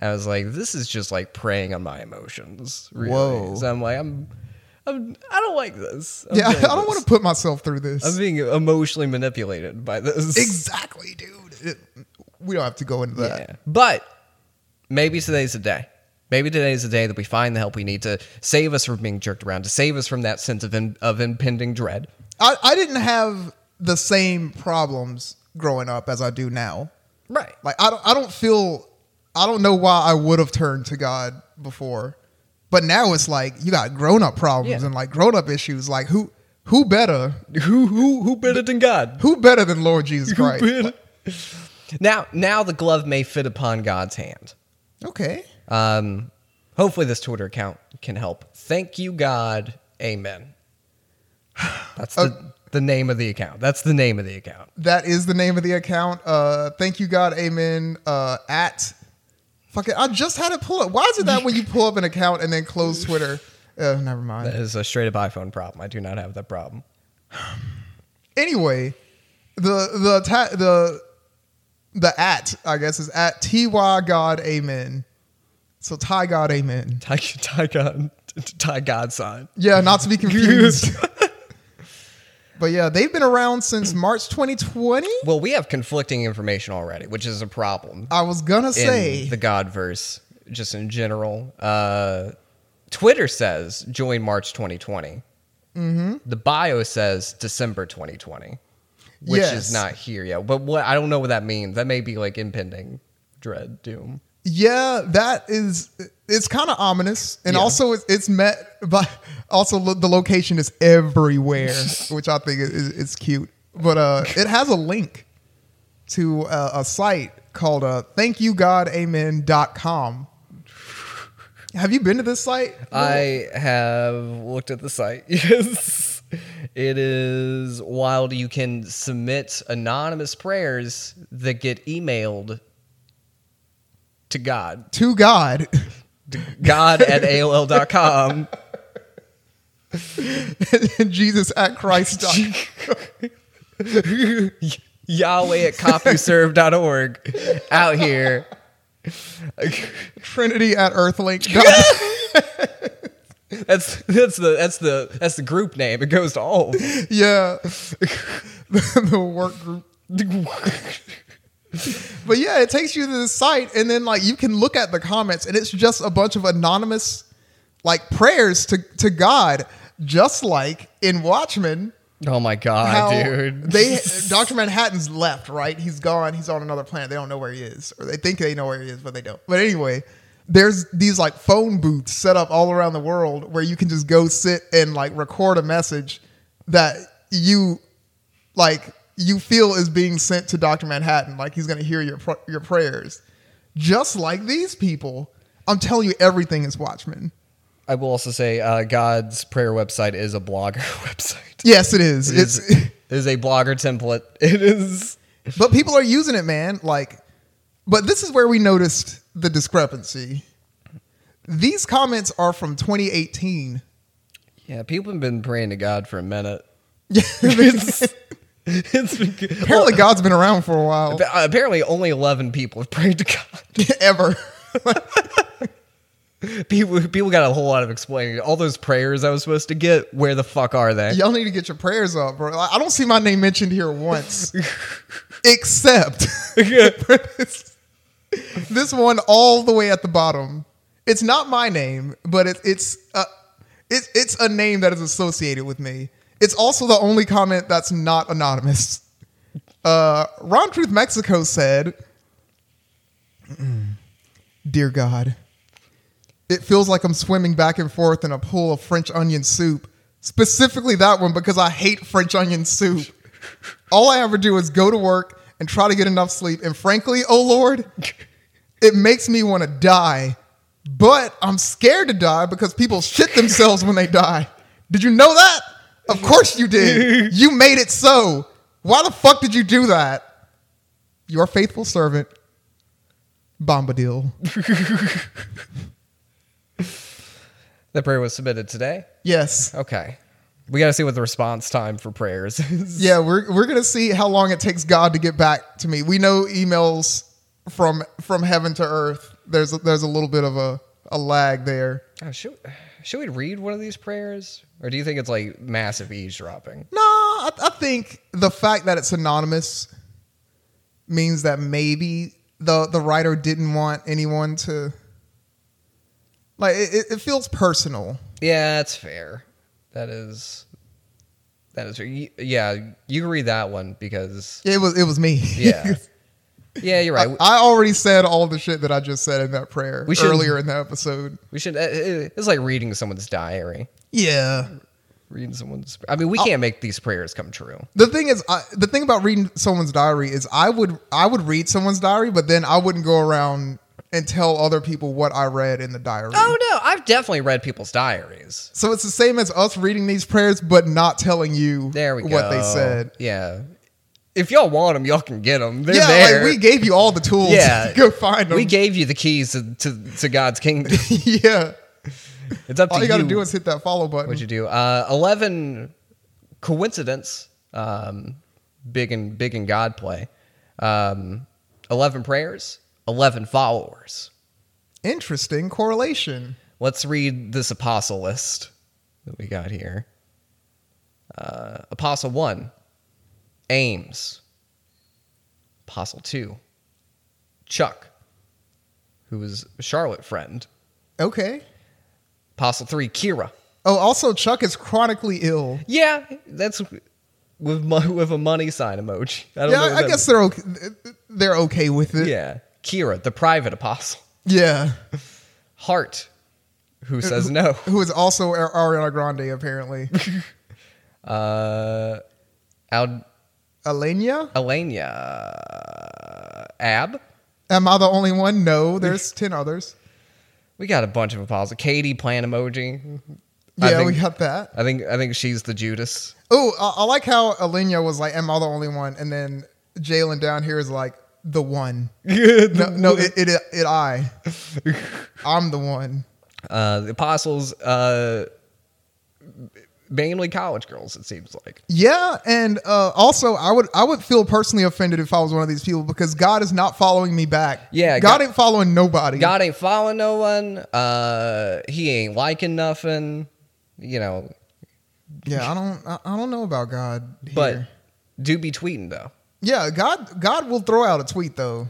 [SPEAKER 2] I was like, this is just like preying on my emotions. Really.
[SPEAKER 1] Whoa.
[SPEAKER 2] So I'm like, I'm, I'm, I don't like this. I'm
[SPEAKER 1] Yeah, *laughs* I
[SPEAKER 2] doing
[SPEAKER 1] don't
[SPEAKER 2] this.
[SPEAKER 1] want to put myself through this.
[SPEAKER 2] I'm being emotionally manipulated by this.
[SPEAKER 1] exactly, dude. It- we don't have to go into that.
[SPEAKER 2] *laughs* Yeah. But maybe today's the day. Maybe today's the day that we find the help we need to save us from being jerked around, to save us from that sense of in, of impending dread.
[SPEAKER 1] I, I didn't have the same problems growing up as I do now.
[SPEAKER 2] Right.
[SPEAKER 1] Like I don't I don't feel I don't know why I would have turned to God before. But now it's like you got grown up problems
[SPEAKER 2] Yeah.
[SPEAKER 1] and like grown up issues. Like who who better
[SPEAKER 2] Who who who better than God?
[SPEAKER 1] who better than Lord Jesus
[SPEAKER 2] Who
[SPEAKER 1] Christ?
[SPEAKER 2] better? Now now the glove may fit upon God's hand.
[SPEAKER 1] Okay.
[SPEAKER 2] Um, hopefully this Twitter account can help. Thank you God. Amen. That's the, the name of the account. That's the name of the account.
[SPEAKER 1] That is the name of the account. Uh thank you God, amen. Uh at fucking I just had to pull up. Why is it that when you pull up an account and then close Twitter? Uh, never mind.
[SPEAKER 2] That is a straight up iPhone problem. I do not have that problem. *laughs*
[SPEAKER 1] anyway, the the ta- the the at I guess is at ty god amen. So ty god amen.
[SPEAKER 2] Ty, Ty God, Ty God sign.
[SPEAKER 1] Yeah, not to be
[SPEAKER 2] *laughs*
[SPEAKER 1] confused. but yeah, they've been around since March 2020.
[SPEAKER 2] Well, we have conflicting information already, which is a problem
[SPEAKER 1] I was gonna
[SPEAKER 2] in
[SPEAKER 1] say
[SPEAKER 2] the Godverse, just in general. Uh, Twitter says join March 2020. Mm-hmm. The bio says December 2020, which
[SPEAKER 1] Yes.
[SPEAKER 2] is not here yet. But what I don't know what that means. That may be like impending dread, doom.
[SPEAKER 1] yeah, that is it's kind of ominous, and
[SPEAKER 2] Yeah.
[SPEAKER 1] also it's, it's met by also lo- the location is
[SPEAKER 2] *laughs*
[SPEAKER 1] everywhere, which I think is, is, is cute. But uh, it has a link. to uh, a site called uh, thankyougodamen.com. Have you been to this site?
[SPEAKER 2] I have looked at the site. *laughs* Yes. It is wild. You can submit anonymous prayers that get emailed to God.
[SPEAKER 1] to God. *laughs*
[SPEAKER 2] God at AOL.com.
[SPEAKER 1] Jesus at Christ.
[SPEAKER 2] *laughs* Yahweh at CompuServe.org. Out here.
[SPEAKER 1] Trinity at Earthlink.
[SPEAKER 2] *laughs* That's that's the that's the that's the group name. It goes to all. of them.
[SPEAKER 1] yeah. *laughs* the, the work group. But yeah, it takes you to this site and then like you can look at the comments and it's just a bunch of anonymous like prayers to, to God, just like in Watchmen.
[SPEAKER 2] Oh my god,
[SPEAKER 1] how
[SPEAKER 2] dude. *laughs*
[SPEAKER 1] they Dr. Manhattan's left, right? He's gone. He's on another planet. They don't know where he is, or they think they know where he is, but they don't. But anyway, there's these like phone booths set up all around the world where you can just go sit and like record a message that you like you feel is being sent to Dr. Manhattan, like he's going to hear your pr- your prayers. Just like these people, I'm telling you everything is Watchmen.
[SPEAKER 2] I will also say uh, God's prayer website is a blogger *laughs* website.
[SPEAKER 1] Yes, it is.
[SPEAKER 2] It is,
[SPEAKER 1] It's *laughs*
[SPEAKER 2] it is a blogger template. It is.
[SPEAKER 1] but people are using it, man. Like, but this is where we noticed the discrepancy. These comments are from 2018.
[SPEAKER 2] Yeah, people have been praying to God for a minute.
[SPEAKER 1] *laughs* Apparently,
[SPEAKER 2] It's, it's been-
[SPEAKER 1] God's been around for a while,
[SPEAKER 2] well, apparently only eleven people have prayed to God.
[SPEAKER 1] *laughs* ever.
[SPEAKER 2] People people got a whole lot of explaining. All those prayers I was supposed to get, where the fuck are they?
[SPEAKER 1] Y'all need to get your prayers up, bro. Like, I don't see my name mentioned here once, *laughs* except *laughs* for this, this one all the way at the bottom. It's not my name, but it, it's uh, it's it's a name that is associated with me. It's also the only comment that's not anonymous. Uh, Ron Truth Mexico said, *clears throat* "Dear God." it feels like I'm swimming back and forth in a pool of French onion soup. Specifically that one because I hate French onion soup. All I ever do is go to work and try to get enough sleep. And frankly, oh Lord, it makes me want to die. But I'm scared to die because people shit themselves when they die. Did you know that? Of course you did. You made it so. Why the fuck did you do that? Your faithful servant, Bombadil.
[SPEAKER 2] That prayer was submitted today.
[SPEAKER 1] Yes.
[SPEAKER 2] Okay, we got to see what the response time for prayers is.
[SPEAKER 1] Yeah, we're we're gonna see how long it takes God to get back to me. We know emails from from heaven to earth there's a, there's a little bit of a, a lag there.
[SPEAKER 2] Oh, should, should we read one of these prayers? Or do you think it's like massive eavesdropping?
[SPEAKER 1] No, I, I think the fact that it's anonymous means that maybe the the writer didn't want anyone to like it, it- it feels personal.
[SPEAKER 2] Yeah, that's fair. That is. That is. fair. Y- Yeah, you can read that one because.
[SPEAKER 1] It was it was me.
[SPEAKER 2] *laughs* Yeah. Yeah, you're right.
[SPEAKER 1] *laughs* I, I already said all the shit that I just said in that prayer
[SPEAKER 2] We should-
[SPEAKER 1] earlier in the episode.
[SPEAKER 2] We should. uh, uh, It's like reading someone's diary.
[SPEAKER 1] Yeah.
[SPEAKER 2] Reading someone's. I mean, we can't make these prayers come true.
[SPEAKER 1] The thing is, I, the thing about reading someone's diary is I would I would read someone's diary, but then I wouldn't go around and tell other people what I read in the diary.
[SPEAKER 2] Oh no, I've definitely read people's diaries.
[SPEAKER 1] So it's the same as us reading these prayers, but not telling you
[SPEAKER 2] There we go.
[SPEAKER 1] what they said.
[SPEAKER 2] Yeah. If y'all want them, y'all can get them. They're
[SPEAKER 1] yeah,
[SPEAKER 2] there.
[SPEAKER 1] like we gave you all the tools. *laughs*
[SPEAKER 2] Yeah.
[SPEAKER 1] to go find them.
[SPEAKER 2] We gave you the keys to, to, to God's kingdom.
[SPEAKER 1] *laughs* yeah.
[SPEAKER 2] It's up to
[SPEAKER 1] All you,
[SPEAKER 2] you.
[SPEAKER 1] got to do is hit that follow
[SPEAKER 2] what
[SPEAKER 1] button.
[SPEAKER 2] you do. Uh, Eleven coincidence. Um, big and big and God play. Um, Eleven prayers. Eleven followers.
[SPEAKER 1] Interesting correlation.
[SPEAKER 2] Let's read this apostle list that we got here. Uh, apostle 1, Ames. Apostle 2, Chuck, who was a Charlotte friend.
[SPEAKER 1] Okay.
[SPEAKER 2] Apostle 3, Kira.
[SPEAKER 1] Oh, also Chuck is chronically ill.
[SPEAKER 2] Yeah, that's with mo- with a money sign emoji. I don't
[SPEAKER 1] Yeah,
[SPEAKER 2] know what
[SPEAKER 1] I
[SPEAKER 2] that
[SPEAKER 1] guess they're okay. They're okay with
[SPEAKER 2] means.
[SPEAKER 1] it.
[SPEAKER 2] Yeah. Kira, the private apostle.
[SPEAKER 1] Yeah.
[SPEAKER 2] Hart,
[SPEAKER 1] *laughs*
[SPEAKER 2] who says no.
[SPEAKER 1] Who is also Ar- Ariana Grande apparently. *laughs*
[SPEAKER 2] Uh, Al-
[SPEAKER 1] Alenia?
[SPEAKER 2] Elena Uh, Ab.
[SPEAKER 1] Am I the only one? No, there's ten others.
[SPEAKER 2] We got a bunch of apostles. Katie plan emoji. I
[SPEAKER 1] Yeah,
[SPEAKER 2] think,
[SPEAKER 1] we got that.
[SPEAKER 2] I think I think she's
[SPEAKER 1] *laughs*
[SPEAKER 2] the Judas.
[SPEAKER 1] Oh, I, I like how Alenia was like, "Am I the only one?" And then Jalen down here is like, "The
[SPEAKER 2] *laughs*
[SPEAKER 1] one."
[SPEAKER 2] Uh,
[SPEAKER 1] No, no, it, it, it, I. I'm the one.
[SPEAKER 2] Uh, the apostles, uh, mainly college girls. It seems like.
[SPEAKER 1] Yeah, and uh, also I would I would feel personally offended if I was one of these people because God is not following me back.
[SPEAKER 2] Yeah,
[SPEAKER 1] God,
[SPEAKER 2] God-
[SPEAKER 1] ain't following nobody.
[SPEAKER 2] God ain't following no one. Uh, he ain't liking nothing. You know,
[SPEAKER 1] Yeah, I don't I, I don't know about God. Here.
[SPEAKER 2] but do be tweeting though. *laughs*
[SPEAKER 1] yeah, God God will throw out a tweet though.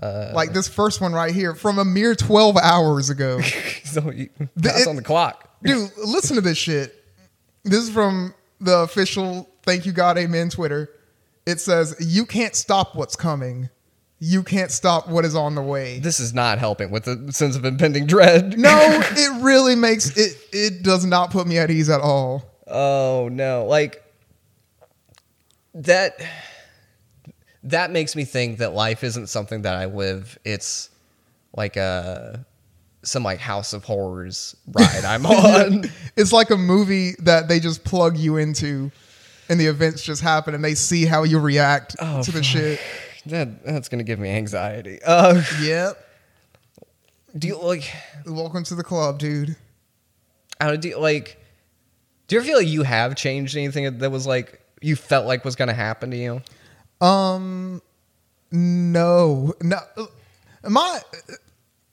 [SPEAKER 1] like this first one right here from a mere 12 hours
[SPEAKER 2] *laughs*
[SPEAKER 1] ago.
[SPEAKER 2] so you pass
[SPEAKER 1] it-
[SPEAKER 2] on the clock.
[SPEAKER 1] Dude, listen to this shit. This is from the official Thank You God Amen Twitter. It says, You can't stop what's coming. You can't stop what is on the
[SPEAKER 2] *laughs*
[SPEAKER 1] way.
[SPEAKER 2] This is not helping with the sense of impending dread.
[SPEAKER 1] No, it really makes it it does not put me at ease at all.
[SPEAKER 2] *laughs* Oh no. Like that that makes me think that life isn't something that I live. It's like a some like House of Horrors ride
[SPEAKER 1] *laughs*
[SPEAKER 2] I'm on. *laughs*
[SPEAKER 1] It's like a movie that they just plug you into and the events just happen and they see how you react
[SPEAKER 2] Oh,
[SPEAKER 1] to the
[SPEAKER 2] fuck.
[SPEAKER 1] shit.
[SPEAKER 2] That that's going to give me anxiety. Uh
[SPEAKER 1] Yep.
[SPEAKER 2] do you like
[SPEAKER 1] Welcome to the club, dude.
[SPEAKER 2] how do you like do you ever feel like you have changed anything that was like you felt like was going to happen to you?
[SPEAKER 1] Um, no, no. My,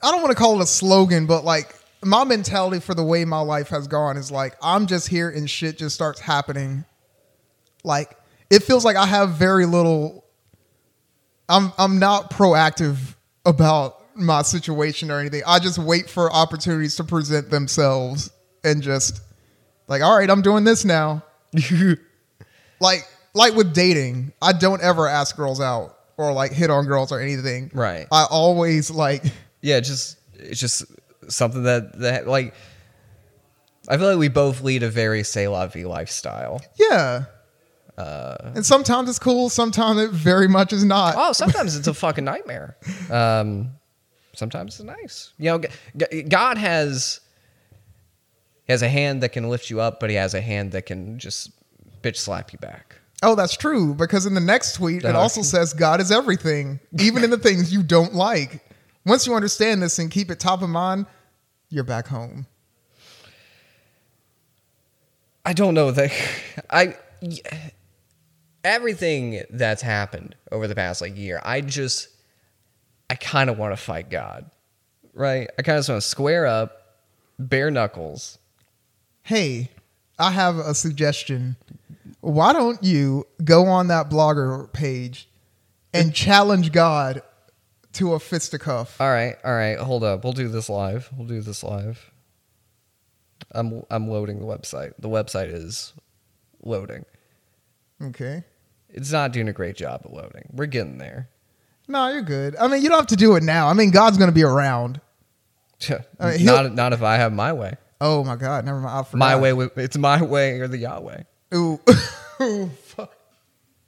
[SPEAKER 1] I don't want to call it a slogan, but like my mentality for the way my life has gone is like I'm just here and shit just starts happening. Like it feels like I have very little. I'm I'm not proactive about my situation or anything. I just wait for opportunities to present themselves and just like, all right, I'm doing this now
[SPEAKER 2] *laughs*
[SPEAKER 1] like like with dating, I don't ever ask girls out or like hit on girls or anything.
[SPEAKER 2] Right.
[SPEAKER 1] I always like
[SPEAKER 2] yeah, it's just it's just something that that like I feel like we both lead a very say la vie lifestyle.
[SPEAKER 1] yeah. and sometimes it's cool, sometimes it very much is not.
[SPEAKER 2] Oh, sometimes it's a fucking nightmare. Um, sometimes it's nice. You know, G- G- God has has a hand that can lift you up, but He has a hand that can just bitch slap you back.
[SPEAKER 1] Oh, that's true because in the next tweet it
[SPEAKER 2] Uh-huh.
[SPEAKER 1] also says God is everything, even in the things you don't like. Once you understand this and keep it top of mind, you're back home.
[SPEAKER 2] I don't know that *laughs* I y- everything that's happened over the past like year. I just I kind of want to fight God right? I kind of just want to square up, bare knuckles.
[SPEAKER 1] Hey, I have a suggestion. Why don't you go on that blogger page and challenge God to a fisticuff?
[SPEAKER 2] All right, all right, hold up. We'll do this live. We'll do this live. I'm I'm loading the website. The website is loading.
[SPEAKER 1] Okay.
[SPEAKER 2] It's not doing a great job at loading. We're getting there. *laughs*
[SPEAKER 1] No, you're good. I mean, you don't have to do it now. I mean, God's going to be around. Uh, he'll-
[SPEAKER 2] not not if I have my way.
[SPEAKER 1] Oh my God! Never mind. I forgot.
[SPEAKER 2] My way. with- It's my way or the Yahweh.
[SPEAKER 1] Ooh. Ooh, *laughs* fuck.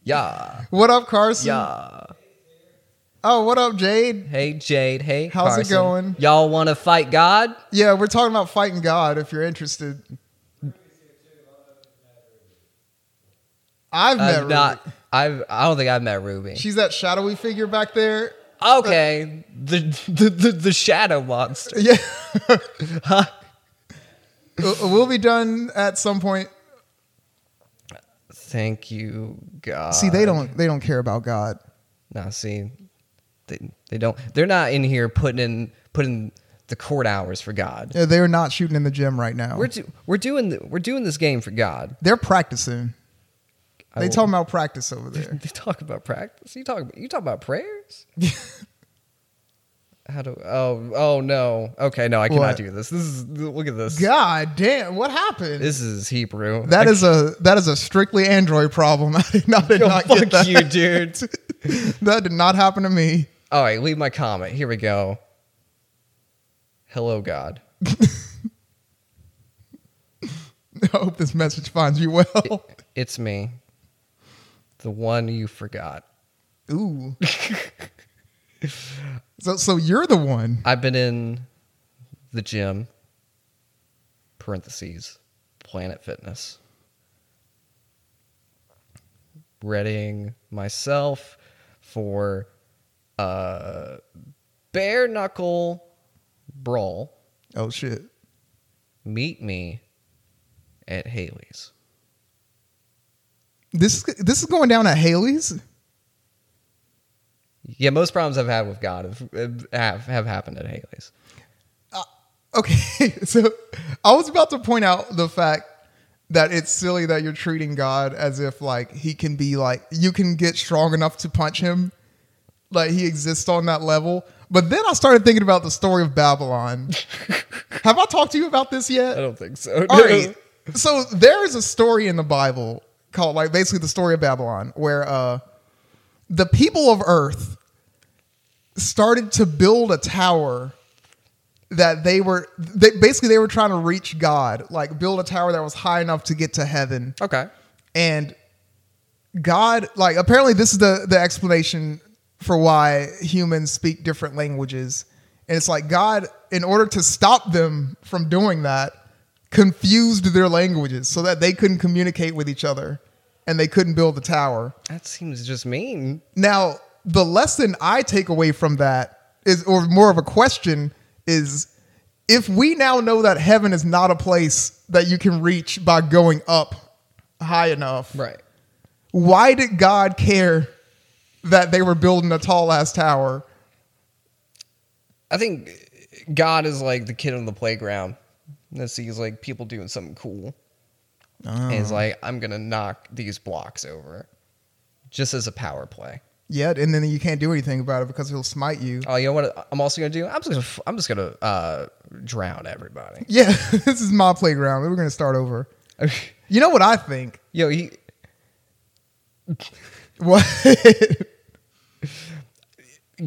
[SPEAKER 2] Yeah,
[SPEAKER 1] What up, Carson?
[SPEAKER 2] yeah.
[SPEAKER 1] Oh, what up, Jade?
[SPEAKER 2] Hey Jade. Hey,
[SPEAKER 1] How's it
[SPEAKER 2] Carson.
[SPEAKER 1] going?
[SPEAKER 2] Y'all want to fight God?
[SPEAKER 1] Yeah, we're talking about fighting God. If you're interested, I've met
[SPEAKER 2] I've
[SPEAKER 1] Ruby.
[SPEAKER 2] not. I've. I don't think I've met Ruby.
[SPEAKER 1] She's that shadowy figure back there.
[SPEAKER 2] okay. The, the the the shadow monster.
[SPEAKER 1] Yeah. *laughs* Uh, We'll we'll be done at some point.
[SPEAKER 2] Thank you, God.
[SPEAKER 1] See, they don't they don't care about God.
[SPEAKER 2] Now, see, they, they don't. They're not in here putting in putting the court hours for God.
[SPEAKER 1] Yeah, They're not shooting in the gym right now.
[SPEAKER 2] We're do, we're doing the, we're doing this game for God.
[SPEAKER 1] They're practicing.
[SPEAKER 2] I
[SPEAKER 1] they
[SPEAKER 2] will-
[SPEAKER 1] talking about practice over there.
[SPEAKER 2] *laughs* They talk about practice. You talk about you talk about prayers. How do? Oh, oh no. Okay, no, I cannot
[SPEAKER 1] What?
[SPEAKER 2] do this. This is look at this.
[SPEAKER 1] God damn, what happened?
[SPEAKER 2] This is Hebrew.
[SPEAKER 1] That
[SPEAKER 2] I
[SPEAKER 1] is a that is a strictly Android problem. *laughs* I did not, did
[SPEAKER 2] Yo,
[SPEAKER 1] not
[SPEAKER 2] fuck
[SPEAKER 1] get that.
[SPEAKER 2] you, dude.
[SPEAKER 1] *laughs* That did not happen to me. *laughs*
[SPEAKER 2] All right, leave my comment. Here we go. Hello, God.
[SPEAKER 1] I hope this message finds you
[SPEAKER 2] *laughs*
[SPEAKER 1] well.
[SPEAKER 2] It's me, the one you forgot.
[SPEAKER 1] Ooh. so so you're the one.
[SPEAKER 2] I've been in the gym. Parentheses, Planet Fitness. Readying myself for a bare knuckle brawl.
[SPEAKER 1] Oh shit.
[SPEAKER 2] Meet me at Haley's.
[SPEAKER 1] This this is going down at Haley's.
[SPEAKER 2] Yeah, most problems I've had with God have have, have happened at Haley's.
[SPEAKER 1] Okay, *laughs* so I was about to point out the fact that it's silly that you're treating God as if like he can be like you can get strong enough to punch him, like he exists on that level. But then I started thinking about the story of Babylon. Have I talked to you about this yet?
[SPEAKER 2] I don't think so.
[SPEAKER 1] *laughs* All right. So there is a story in the Bible called like basically the story of Babylon where uh the people of earth started to build a tower that they were they basically they were trying to reach God, like build a tower that was high enough to get to heaven
[SPEAKER 2] Okay.
[SPEAKER 1] and God, like apparently this is the the explanation for why humans speak different languages, and it's like God, in order to stop them from doing that, confused their languages so that they couldn't communicate with each other, and they couldn't build the tower.
[SPEAKER 2] That seems just mean.
[SPEAKER 1] Now, the lesson I take away from that is, or more of a question, is if we now know that heaven is not a place that you can reach by going up high enough,
[SPEAKER 2] Right.
[SPEAKER 1] why did God care that they were building a tall ass tower?
[SPEAKER 2] I think God is like the kid on the playground that sees like people doing something cool. And he's like, I'm gonna knock these blocks over. Just as a power play.
[SPEAKER 1] Yeah, and then you can't do anything about it because he'll smite you.
[SPEAKER 2] Oh, you know what I'm also gonna do? I'm just gonna f- I'm just gonna uh, drown *laughs* everybody.
[SPEAKER 1] Yeah, *laughs* this is my playground. We're gonna start over. You know what I think?
[SPEAKER 2] Yo, he
[SPEAKER 1] What? *laughs*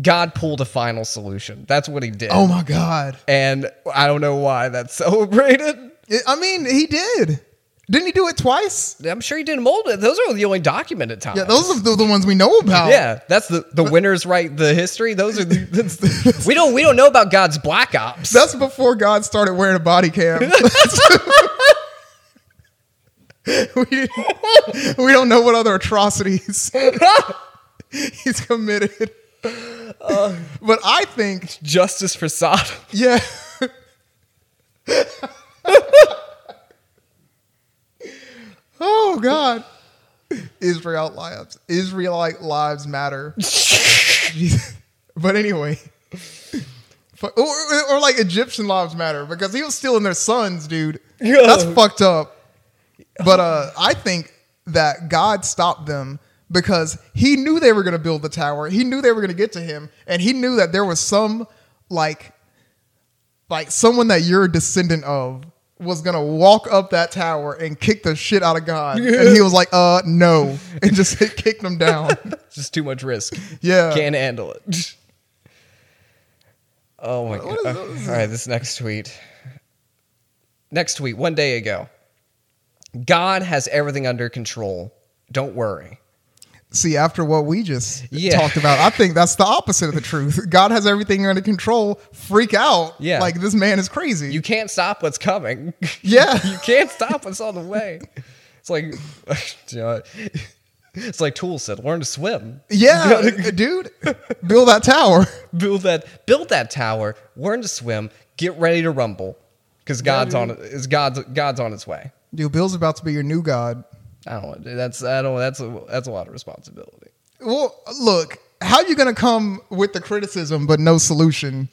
[SPEAKER 2] God pulled a final solution. That's what he did.
[SPEAKER 1] oh my god!
[SPEAKER 2] and I don't know why that's *laughs* celebrated.
[SPEAKER 1] It- I mean, he did. Didn't he do it twice?
[SPEAKER 2] I'm sure he didn't mold it. Those are the only documented times.
[SPEAKER 1] Yeah, those are the, the ones we know about.
[SPEAKER 2] Yeah, that's the the winners write the history. Those are the, *laughs* that's the- we don't we don't know about God's black
[SPEAKER 1] *laughs*
[SPEAKER 2] ops.
[SPEAKER 1] *laughs* that's before God started wearing a body cam. *laughs* we, we don't know what other atrocities *laughs* he's committed. Uh, but I think,
[SPEAKER 2] justice for Sodom. *laughs*
[SPEAKER 1] yeah. *laughs* oh God, Israel lives, *laughs* Israelite lives matter. Jesus. but anyway, Fuck- Or, or- or like Egyptian lives matter because he was stealing their sons, dude. That's fucked up. But uh, I think that God stopped them because he knew they were going to build the tower. He knew they were going to get to him, and he knew that there was some like like someone that you're a descendant of was going to walk up that tower and kick the shit out of God. And he was like, "Uh, no." *laughs* And just kicked them down. *laughs*
[SPEAKER 2] It's just too much risk.
[SPEAKER 1] Yeah.
[SPEAKER 2] Can't handle it. *laughs* Oh my god. All right, this next tweet. Next tweet, one day ago. God has everything under control. Don't worry.
[SPEAKER 1] See, after what we just
[SPEAKER 2] Yeah.
[SPEAKER 1] talked about, I think that's the opposite of the truth. God has everything under control. Freak out.
[SPEAKER 2] Yeah.
[SPEAKER 1] Like this man is crazy.
[SPEAKER 2] You can't stop what's coming. *laughs*
[SPEAKER 1] yeah.
[SPEAKER 2] you can't stop what's on the way. It's like *laughs* you know, it's like Tool said, learn to swim. *laughs*
[SPEAKER 1] yeah. dude, build that tower. *laughs*
[SPEAKER 2] Build that build that tower, learn to swim, get ready to rumble. Because God's on is God's God's on his way.
[SPEAKER 1] Dude, Bill's about to be your new God.
[SPEAKER 2] I don't. want- That's I don't. That's a that's a lot of responsibility.
[SPEAKER 1] Well, look, how you going to come with the criticism but no solution?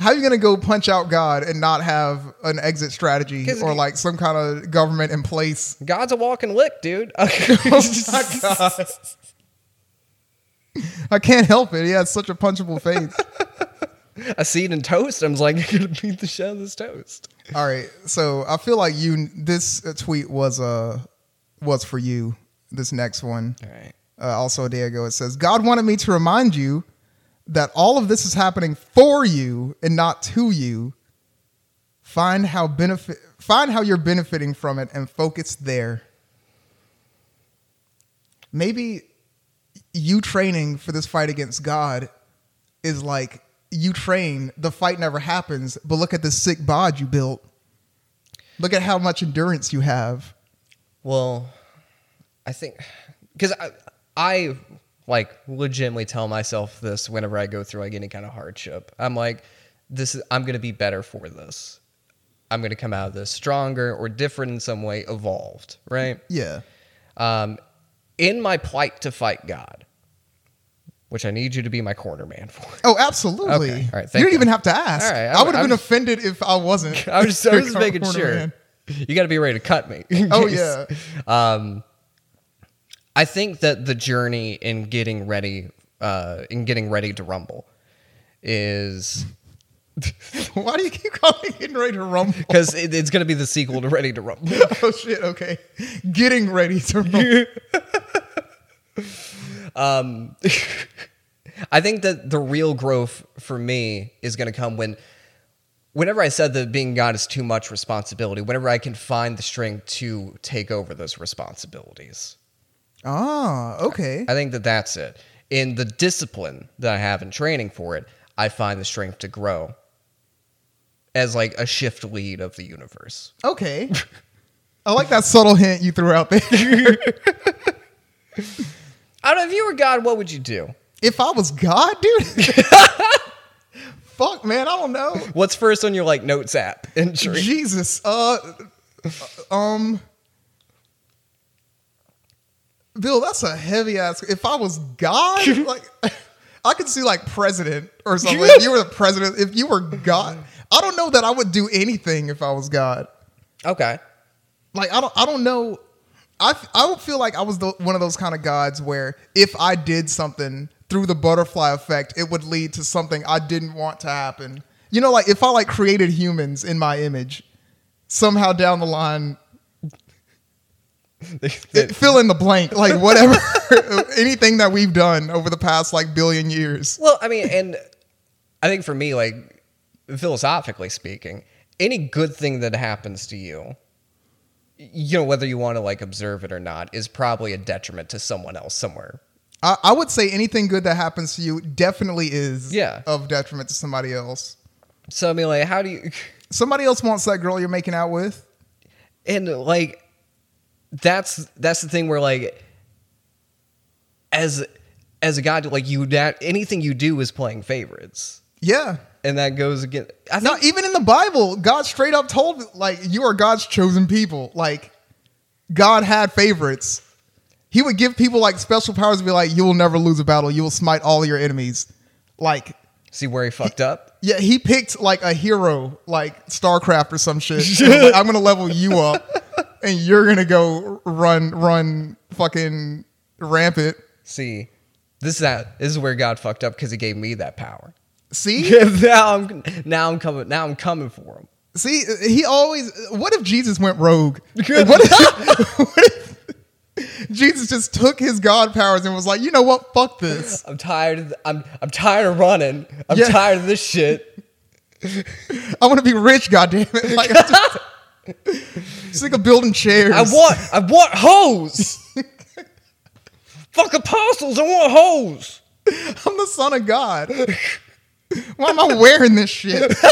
[SPEAKER 1] How you going to go punch out God and not have an exit strategy
[SPEAKER 2] 'Cause-
[SPEAKER 1] or like some kind of government in place?
[SPEAKER 2] God's a walking lick, dude. *laughs*
[SPEAKER 1] I can't help it. He has such a punchable face.
[SPEAKER 2] I see it in toast. I'm like, *laughs* you're gonna beat the shit out of this toast.
[SPEAKER 1] All right, so I feel like you. This tweet was uh was for you. This next one,
[SPEAKER 2] All right.
[SPEAKER 1] uh, also a day ago, it says God wanted me to remind you that all of this is happening for you and not to you. Find how benefit. Find how you're benefiting from it and focus there. Maybe you training for this fight against God is like you train, the fight never happens, but look at the sick bod you built. Look at how much endurance you have.
[SPEAKER 2] Well, I think because I, I like legitimately tell myself this whenever I go through like any kind of hardship. I'm like, this is I'm gonna be better for this. I'm gonna come out of this stronger or different in some way, evolved, right?
[SPEAKER 1] Yeah.
[SPEAKER 2] um, in my plight to fight God, which I need you to be my corner man for. *laughs*
[SPEAKER 1] Oh, absolutely.
[SPEAKER 2] Okay, all right, thank
[SPEAKER 1] you don't
[SPEAKER 2] you.
[SPEAKER 1] even have to ask.
[SPEAKER 2] All right,
[SPEAKER 1] I would have
[SPEAKER 2] I'm-
[SPEAKER 1] been offended if I
[SPEAKER 2] *laughs*
[SPEAKER 1] wasn't.
[SPEAKER 2] I was just, I was
[SPEAKER 1] *laughs*
[SPEAKER 2] just
[SPEAKER 1] Corner
[SPEAKER 2] making sure. *laughs*
[SPEAKER 1] man.
[SPEAKER 2] You got to be ready to cut me. *laughs* in
[SPEAKER 1] Oh,
[SPEAKER 2] case.
[SPEAKER 1] yeah. *laughs*
[SPEAKER 2] Um, I think that the journey in getting ready, uh, in getting ready to rumble, is
[SPEAKER 1] Why do you keep calling getting ready to rumble? *laughs*
[SPEAKER 2] because it, it's going to be the sequel to Ready to Rumble. *laughs*
[SPEAKER 1] oh, shit. Okay. Getting ready to rumble.
[SPEAKER 2] Um, *laughs* I think that the real growth for me is going to come when, whenever I said that being God is too much responsibility, whenever I can find the strength to take over those responsibilities.
[SPEAKER 1] Ah, okay.
[SPEAKER 2] I think that that's it. In the discipline that I have in training for it, I find the strength to grow as like a shift lead of the universe.
[SPEAKER 1] Okay. I like that subtle hint you threw out
[SPEAKER 2] *laughs*
[SPEAKER 1] there.
[SPEAKER 2] I don't know if you were God, what would you do?
[SPEAKER 1] if I was God, dude. *laughs* Fuck, man. I don't know.
[SPEAKER 2] What's first on your like notes app *laughs* entry?
[SPEAKER 1] Jesus. Uh, um, Bill, that's a heavy ass. If I was God, like, *laughs* I could see like president or something. if you were the president, if you were God, I don't know that I would do anything if I was God.
[SPEAKER 2] Okay.
[SPEAKER 1] Like, I don't, I don't know. I, f- I would feel like I was the, one of those kind of gods where if I did something through the butterfly effect, it would lead to something I didn't want to happen. You know, like if I like created humans in my image, somehow down the line, it, fill in the blank, like whatever, anything that we've done over the past like billion years.
[SPEAKER 2] Well, I mean, and I think for me, like philosophically speaking, any good thing that happens to you, you know, whether you want to like observe it or not, is probably a detriment to someone else somewhere.
[SPEAKER 1] I, I would say anything good that happens to you definitely is
[SPEAKER 2] Yeah.
[SPEAKER 1] of detriment to somebody else.
[SPEAKER 2] So I mean, like, how do you? *laughs*
[SPEAKER 1] Somebody else wants that girl you're making out with.
[SPEAKER 2] And like, that's that's the thing where like, as as a guy, like you that anything you do is playing favorites,
[SPEAKER 1] Yeah.
[SPEAKER 2] and that goes against. I think
[SPEAKER 1] No, even in the Bible, God straight up told like you are God's chosen people. Like God had favorites. He would give people like special powers and be like, You will never lose a battle, you will smite all your enemies. Like
[SPEAKER 2] see where he fucked up.
[SPEAKER 1] Yeah, he picked like a hero, like StarCraft or some shit. Like, I'm gonna level you up, and you're gonna go run, run, fucking rampant.
[SPEAKER 2] See, this is that this is where God fucked up because he gave me that power. *laughs*
[SPEAKER 1] See,
[SPEAKER 2] now I'm now I'm coming now I'm coming for him.
[SPEAKER 1] see, he always. What if Jesus went
[SPEAKER 2] *laughs*
[SPEAKER 1] rogue? What if, *laughs* what if Jesus just took his god powers and was like, you know what? Fuck this.
[SPEAKER 2] I'm tired of th- I'm I'm tired of running. I'm
[SPEAKER 1] Yeah.
[SPEAKER 2] tired of this shit.
[SPEAKER 1] I want to be rich. Goddamn it! *laughs* Like, I just, sick of building chairs.
[SPEAKER 2] I want I want hoes. Fuck apostles, I want hoes.
[SPEAKER 1] *laughs* I'm the son of God. Why am I wearing this shit? *laughs*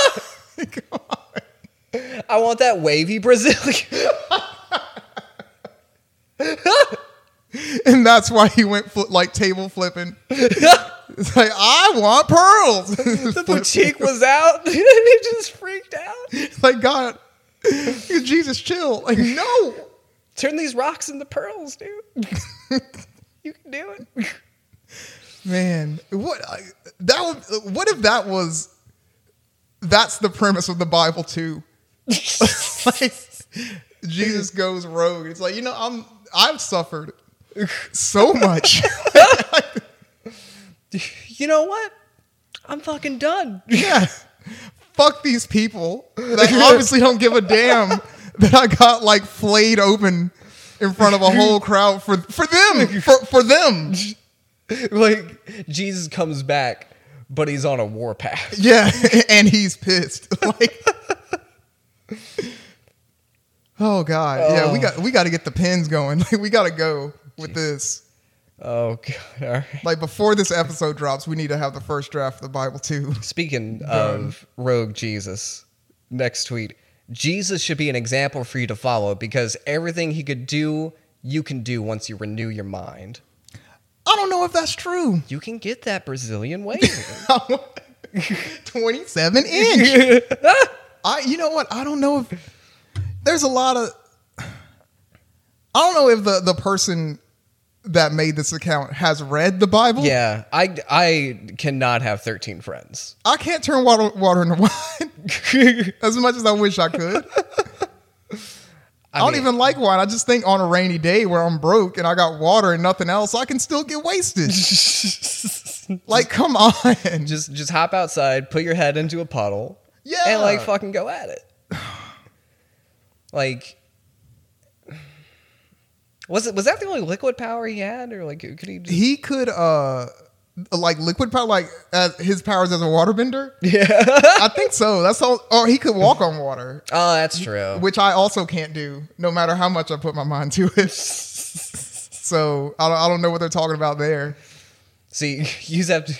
[SPEAKER 2] I want that wavy *laughs* Brazilian.
[SPEAKER 1] And that's why he went fl- like table flipping. It's like I want pearls. *laughs*
[SPEAKER 2] the boutique was out. *laughs* and he just freaked out.
[SPEAKER 1] It's like God, *laughs* Jesus, chill. Like no,
[SPEAKER 2] Turn these rocks into pearls, dude. you can do it.
[SPEAKER 1] man. What I- that? Would, what if that was? That's the premise of the Bible too. like Jesus goes rogue. It's like you know I'm I've suffered so much.
[SPEAKER 2] You know what? I'm fucking done.
[SPEAKER 1] Yeah. Fuck these people that obviously don't give a damn that I got like flayed open in front of a whole crowd for for them for for them.
[SPEAKER 2] like Jesus comes back, but he's on a warpath.
[SPEAKER 1] Yeah, *laughs* and he's pissed. *laughs* Like Oh god. Yeah, we got we got to get the pins going. *laughs* Like we got to go with this.
[SPEAKER 2] Oh god! All right.
[SPEAKER 1] Like before this episode drops, we need to have the first draft of the Bible too. *laughs*
[SPEAKER 2] Speaking of rogue Jesus, next tweet: Jesus should be an example for you to follow because everything he could do, you can do once you renew your mind.
[SPEAKER 1] I don't know if that's true. *laughs*
[SPEAKER 2] You can get that Brazilian *laughs* wave.
[SPEAKER 1] 27 inch. I you know what? I don't know if there's a lot of I don't know if the the person that made this account has read the Bible.
[SPEAKER 2] yeah, I I cannot have thirteen friends. *laughs*
[SPEAKER 1] I can't turn water water into *laughs* wine as much as I wish I
[SPEAKER 2] *laughs*
[SPEAKER 1] could. I, don't
[SPEAKER 2] mean-
[SPEAKER 1] even like wine. I just think on a rainy day where I'm broke and I got water and nothing else, I can still get
[SPEAKER 2] *laughs*
[SPEAKER 1] wasted. like, come on. *laughs*
[SPEAKER 2] Just just hop outside, put your head into a puddle,
[SPEAKER 1] Yeah.
[SPEAKER 2] and like fucking go at it. *sighs* Like, was it was that the only liquid power he had, or like could he? Just,
[SPEAKER 1] he could uh like liquid power like as his powers as a waterbender
[SPEAKER 2] yeah.
[SPEAKER 1] *laughs* i think so that's all or he could walk on
[SPEAKER 2] *laughs*
[SPEAKER 1] water
[SPEAKER 2] oh, that's true.
[SPEAKER 1] which i also can't do no matter how much i put my mind to
[SPEAKER 2] *laughs*
[SPEAKER 1] it so i don't, I don't know what they're talking about there
[SPEAKER 2] See, *laughs* you just have to.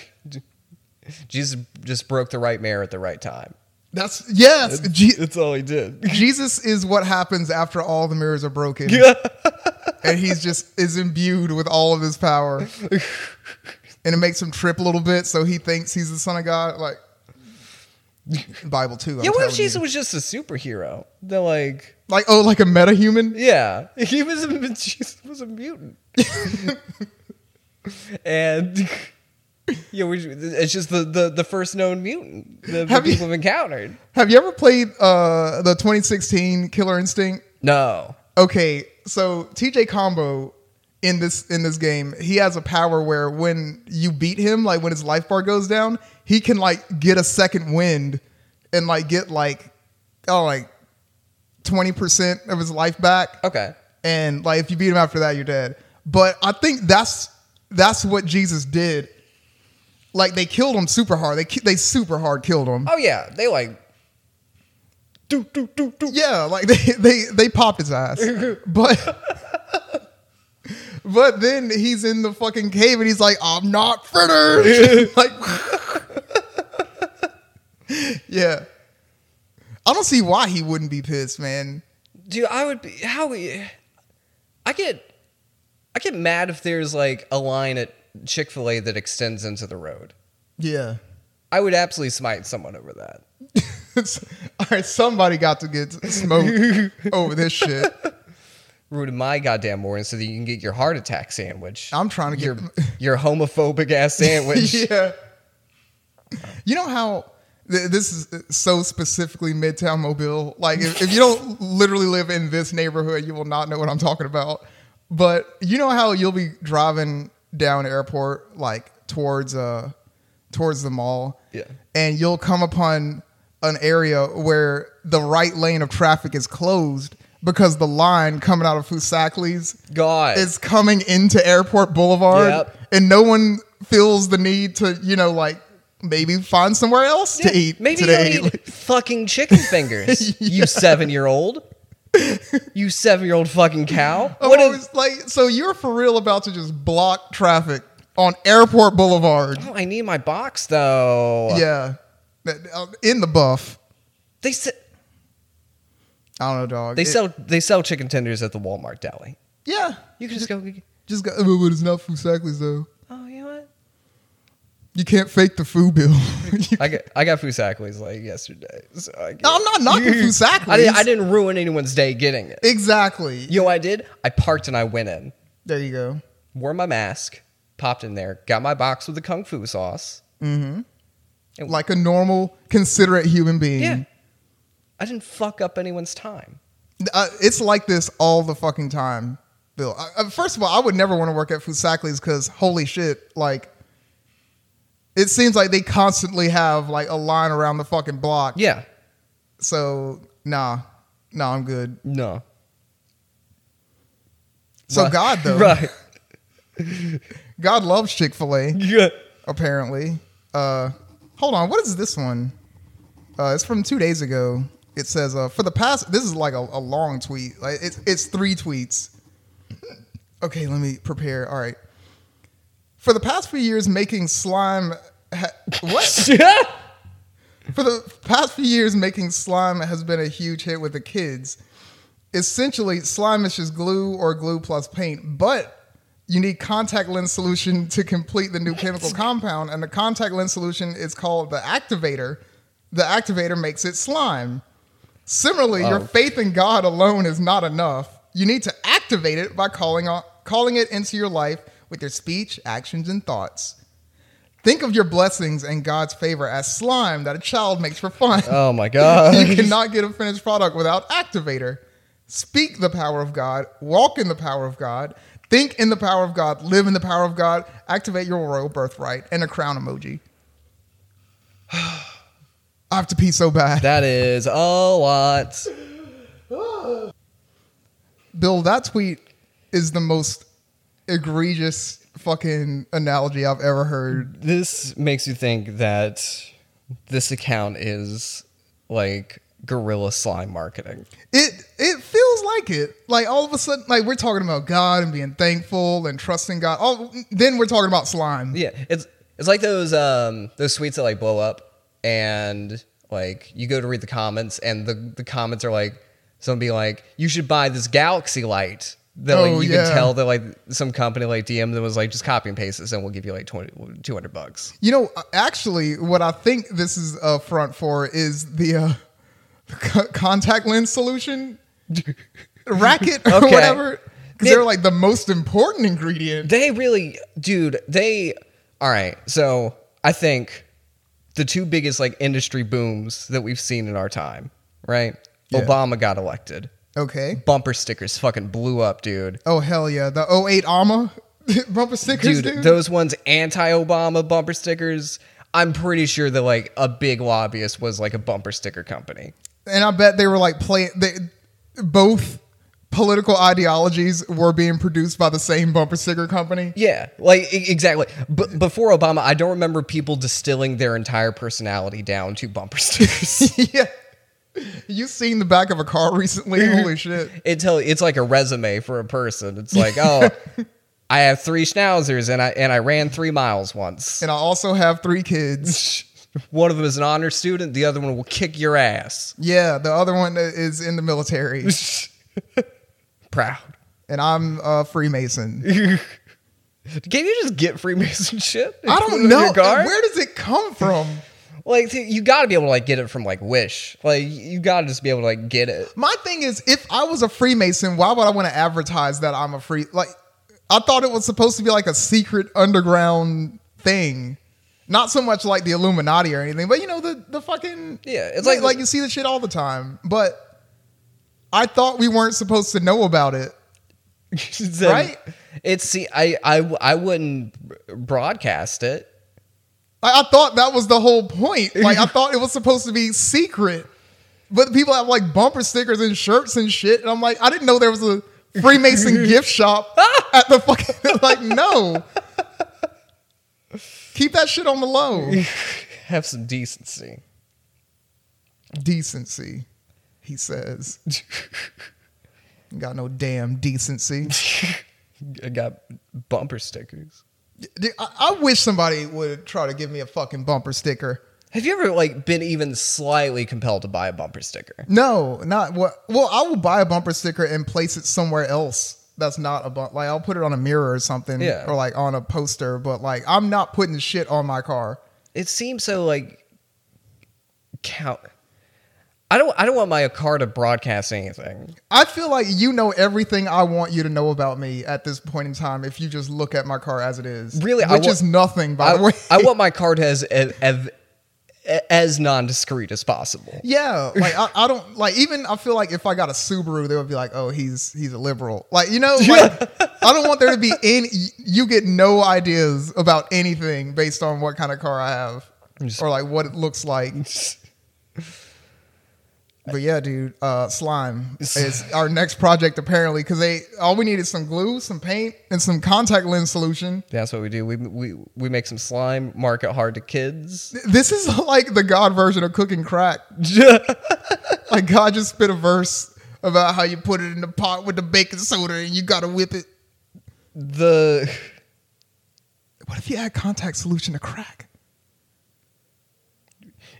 [SPEAKER 2] Jesus just broke the right mare at the right time.
[SPEAKER 1] that's yes Je-
[SPEAKER 2] That's all he *laughs* did.
[SPEAKER 1] jesus is what happens after all the mirrors are broken and he's just is imbued with all of his power and it makes him trip a little bit so he thinks he's the son of god like bible too I'm
[SPEAKER 2] yeah, what
[SPEAKER 1] telling
[SPEAKER 2] if
[SPEAKER 1] you.
[SPEAKER 2] Jesus was just a superhero? They're like,
[SPEAKER 1] Like oh, like a meta human?
[SPEAKER 2] yeah, *laughs* he was a, Jesus was a mutant, *laughs* and *laughs* yeah, we, it's just the, the the first known mutant that the
[SPEAKER 1] Have you-
[SPEAKER 2] people have encountered.
[SPEAKER 1] Have you ever played uh, the 2016 Killer Instinct?
[SPEAKER 2] No,
[SPEAKER 1] Okay, so TJ Combo in this in this game, he has a power where when you beat him, like when his life bar goes down, he can like get a second wind and like get like oh like 20% of his life back.
[SPEAKER 2] okay,
[SPEAKER 1] and like if you beat him after that, you're dead. But I think that's that's what Jesus did. Like they killed him super hard. They ki- they super hard killed him.
[SPEAKER 2] oh yeah, they like, do do do do.
[SPEAKER 1] Yeah, like *laughs* they they they popped his ass. But *laughs* but then he's in the fucking cave and he's like, I'm not finished. *laughs* like yeah. I don't see why he wouldn't be pissed, man.
[SPEAKER 2] Dude, I would be how we- I get I get mad if there's like a line at Chick Fil A that extends into the road.
[SPEAKER 1] Yeah.
[SPEAKER 2] I would absolutely smite someone over that.
[SPEAKER 1] *laughs* All right, somebody got to get smoked over this shit.
[SPEAKER 2] Ruin my goddamn morning so that you can get your heart attack sandwich.
[SPEAKER 1] I'm trying to
[SPEAKER 2] your
[SPEAKER 1] *laughs* get *laughs*
[SPEAKER 2] your homophobic ass sandwich.
[SPEAKER 1] yeah. You know how th- this is uh, so specifically Midtown Mobile. Like, if, if you don't literally live in this neighborhood, you will not know what I'm talking about. But you know how you'll be driving down airport, like towards uh towards the mall,
[SPEAKER 2] Yeah.
[SPEAKER 1] and you'll come upon an area where the right lane of traffic is closed because the line coming out of Fusakli's
[SPEAKER 2] God.
[SPEAKER 1] is coming into Airport Boulevard,
[SPEAKER 2] Yep.
[SPEAKER 1] and no one feels the need to, you know, like maybe find somewhere else to eat
[SPEAKER 2] Maybe
[SPEAKER 1] today.
[SPEAKER 2] you don't need fucking chicken fingers, you seven year old. You seven year old fucking cow.
[SPEAKER 1] *laughs* I'm
[SPEAKER 2] What is?
[SPEAKER 1] always like, so you're for real about to just block traffic on Airport Boulevard?
[SPEAKER 2] Oh, I need my box though.
[SPEAKER 1] Yeah, That- uh, in the buff.
[SPEAKER 2] They se-
[SPEAKER 1] I don't know, dog.
[SPEAKER 2] they
[SPEAKER 1] It-
[SPEAKER 2] sell they sell chicken tenders at the Walmart deli.
[SPEAKER 1] yeah.
[SPEAKER 2] You can just go. get-
[SPEAKER 1] Just got, but it's not Fusakli's though.
[SPEAKER 2] Oh, you know what?
[SPEAKER 1] You can't fake the food bill. *laughs* You-
[SPEAKER 2] I got I got Fusakli's like yesterday. So I get-
[SPEAKER 1] No, I'm not knocking Fusakli's.
[SPEAKER 2] I, didn't, I didn't ruin anyone's day getting it.
[SPEAKER 1] exactly.
[SPEAKER 2] You know what I did? I parked and I went in,
[SPEAKER 1] There you go.
[SPEAKER 2] wore my mask, popped in there, got my box with the kung fu sauce.
[SPEAKER 1] Like a normal, considerate human being.
[SPEAKER 2] Yeah, I didn't fuck up anyone's time.
[SPEAKER 1] Uh, it's like this all the fucking time, Bill. I, I- first of all, I would never want to work at Fusakli's because holy shit, like, it seems like they constantly have like a line around the fucking block.
[SPEAKER 2] Yeah,
[SPEAKER 1] So nah, nah, I'm good.
[SPEAKER 2] no.
[SPEAKER 1] So
[SPEAKER 2] Right.
[SPEAKER 1] God though,
[SPEAKER 2] *laughs* right?
[SPEAKER 1] God loves Chick Fil A
[SPEAKER 2] Yeah.
[SPEAKER 1] apparently. Uh, hold on, what is this one? Uh, it's from two days ago. It says, uh, for the past, this is like a, a long tweet. Like it's, it's three tweets. *laughs* Okay, let me prepare. All right. For the past few years, making slime. Ha- what? for the past few years, making slime has been a huge hit with the kids. Essentially, slime is just glue or glue plus paint, but you need contact lens solution to complete the new chemical compound, and the contact lens solution is called the activator. The activator makes it slime. Similarly, your
[SPEAKER 2] Wow.
[SPEAKER 1] faith in God alone is not enough. You need to activate it by calling on, calling it into your life with your speech, actions, and thoughts. Think of your blessings and God's favor as slime that a child makes for fun.
[SPEAKER 2] *laughs* Oh my god.
[SPEAKER 1] *laughs*
[SPEAKER 2] *laughs*
[SPEAKER 1] you cannot get a finished product without activator. Speak the power of God, walk in the power of God, think in the power of God, live in the power of God, activate your royal birthright, and a crown emoji. *sighs* I have to pee so bad.
[SPEAKER 2] That is a lot.
[SPEAKER 1] Bill, that tweet is the most egregious fucking analogy I've ever heard.
[SPEAKER 2] This makes you think that this account is like guerrilla slime marketing.
[SPEAKER 1] It it feels like it. Like all of a sudden, like we're talking about God and being thankful and trusting God. All then we're talking about slime.
[SPEAKER 2] Yeah, it's it's like those um those sweets that like blow up and like you go to read the comments and the the comments are like someone be like you should buy this galaxy light that like
[SPEAKER 1] Oh,
[SPEAKER 2] you
[SPEAKER 1] yeah.
[SPEAKER 2] can tell that like some company like DM that was like just copy and paste this and we'll give you like 20, 200 bucks.
[SPEAKER 1] You know, actually, what I think this is a front for is the uh, *laughs* co- contact lens solution *laughs* racket or
[SPEAKER 2] Okay.
[SPEAKER 1] whatever. Because
[SPEAKER 2] Did-
[SPEAKER 1] they're like the most important ingredient.
[SPEAKER 2] They really, dude, they, all right. So I think the two biggest like industry booms that we've seen in our time, right?
[SPEAKER 1] Yeah.
[SPEAKER 2] Obama got elected.
[SPEAKER 1] Okay.
[SPEAKER 2] Bumper stickers fucking blew up, dude.
[SPEAKER 1] Oh hell yeah, the 08 AMA *laughs* bumper stickers,
[SPEAKER 2] Dude,
[SPEAKER 1] dude.
[SPEAKER 2] those ones anti-Obama bumper stickers. I'm pretty sure that like a big lobbyist was like a bumper sticker company.
[SPEAKER 1] and I bet they were like playing. They both political ideologies were being produced by the same bumper sticker company. *laughs*
[SPEAKER 2] Yeah, like e- exactly. But before Obama, I don't remember people distilling their entire personality down to bumper *laughs* stickers.
[SPEAKER 1] yeah, you seen the back of a car recently?
[SPEAKER 2] *laughs*
[SPEAKER 1] Holy shit!
[SPEAKER 2] It's how- it's like a resume for a person. It's like, oh, I have three schnauzers and I and I ran three miles once.
[SPEAKER 1] *laughs* And I also have three kids.
[SPEAKER 2] One of them is an honor student. The other one will kick your ass.
[SPEAKER 1] Yeah, the other one is in the
[SPEAKER 2] *laughs*
[SPEAKER 1] military,
[SPEAKER 2] Proud.
[SPEAKER 1] and I'm a Freemason.
[SPEAKER 2] *laughs* Can you just get Freemason shit?
[SPEAKER 1] I
[SPEAKER 2] Put it
[SPEAKER 1] don't
[SPEAKER 2] in
[SPEAKER 1] know
[SPEAKER 2] your car?
[SPEAKER 1] where does it come from.
[SPEAKER 2] Like th- you got to be able to like get it from like Wish. Like you got to just be able to like get it. *laughs*
[SPEAKER 1] My thing is, if I was a Freemason, why would I want to advertise that I'm a free? Like, I thought it was supposed to be like a secret underground thing. Not so much like the Illuminati or anything, but you know the the fucking
[SPEAKER 2] Yeah, it's
[SPEAKER 1] like
[SPEAKER 2] like the-
[SPEAKER 1] like you see the shit all the time. But I thought we weren't supposed to know about it.
[SPEAKER 2] Then
[SPEAKER 1] Right?
[SPEAKER 2] It's see, I I I wouldn't broadcast it.
[SPEAKER 1] I, I thought that was the whole point. Like I thought it was supposed to be secret. But people have like bumper stickers and shirts and shit, and I'm like, I didn't know there was a Freemason gift shop at the fucking *laughs* like no. Keep that shit on the low.
[SPEAKER 2] Have some decency. *laughs*
[SPEAKER 1] Decency, he says. Got no damn decency.
[SPEAKER 2] I got bumper stickers.
[SPEAKER 1] Dude, I, I wish somebody would try to give me a fucking bumper sticker.
[SPEAKER 2] Have you ever like been even slightly compelled to buy a bumper sticker?
[SPEAKER 1] No, not what. Well, I will buy a bumper sticker and place it somewhere else. That's not a bump. Like I'll put it on a mirror or something,
[SPEAKER 2] Yeah.
[SPEAKER 1] or like on a poster. But like I'm not putting shit on my car.
[SPEAKER 2] It seems so like count. I don't I don't want my car to broadcast anything.
[SPEAKER 1] I feel like you know everything I want you to know about me at this point in time. If you just look at my car as it is,
[SPEAKER 2] Really,
[SPEAKER 1] which
[SPEAKER 2] I wa-
[SPEAKER 1] is nothing by
[SPEAKER 2] I,
[SPEAKER 1] the way.
[SPEAKER 2] I want my car to as as, as non discreet as possible.
[SPEAKER 1] yeah, like I, I don't like even. I feel like if I got a Subaru, they would be like, "Oh, he's he's a liberal." Like you know, like, I don't want there to be any. You get no ideas about anything based on what kind of car I have. or like what it looks like. But yeah, dude, uh, slime is our next project apparently because they all we need is some glue, some paint, and some contact lens solution.
[SPEAKER 2] That's what we do. We we we make some slime, market hard to kids. *laughs*
[SPEAKER 1] This is like the God version of cooking crack. Like God just spit a verse about how you put it in the pot with the baking soda and you gotta whip it.
[SPEAKER 2] the
[SPEAKER 1] What if you add contact solution to crack?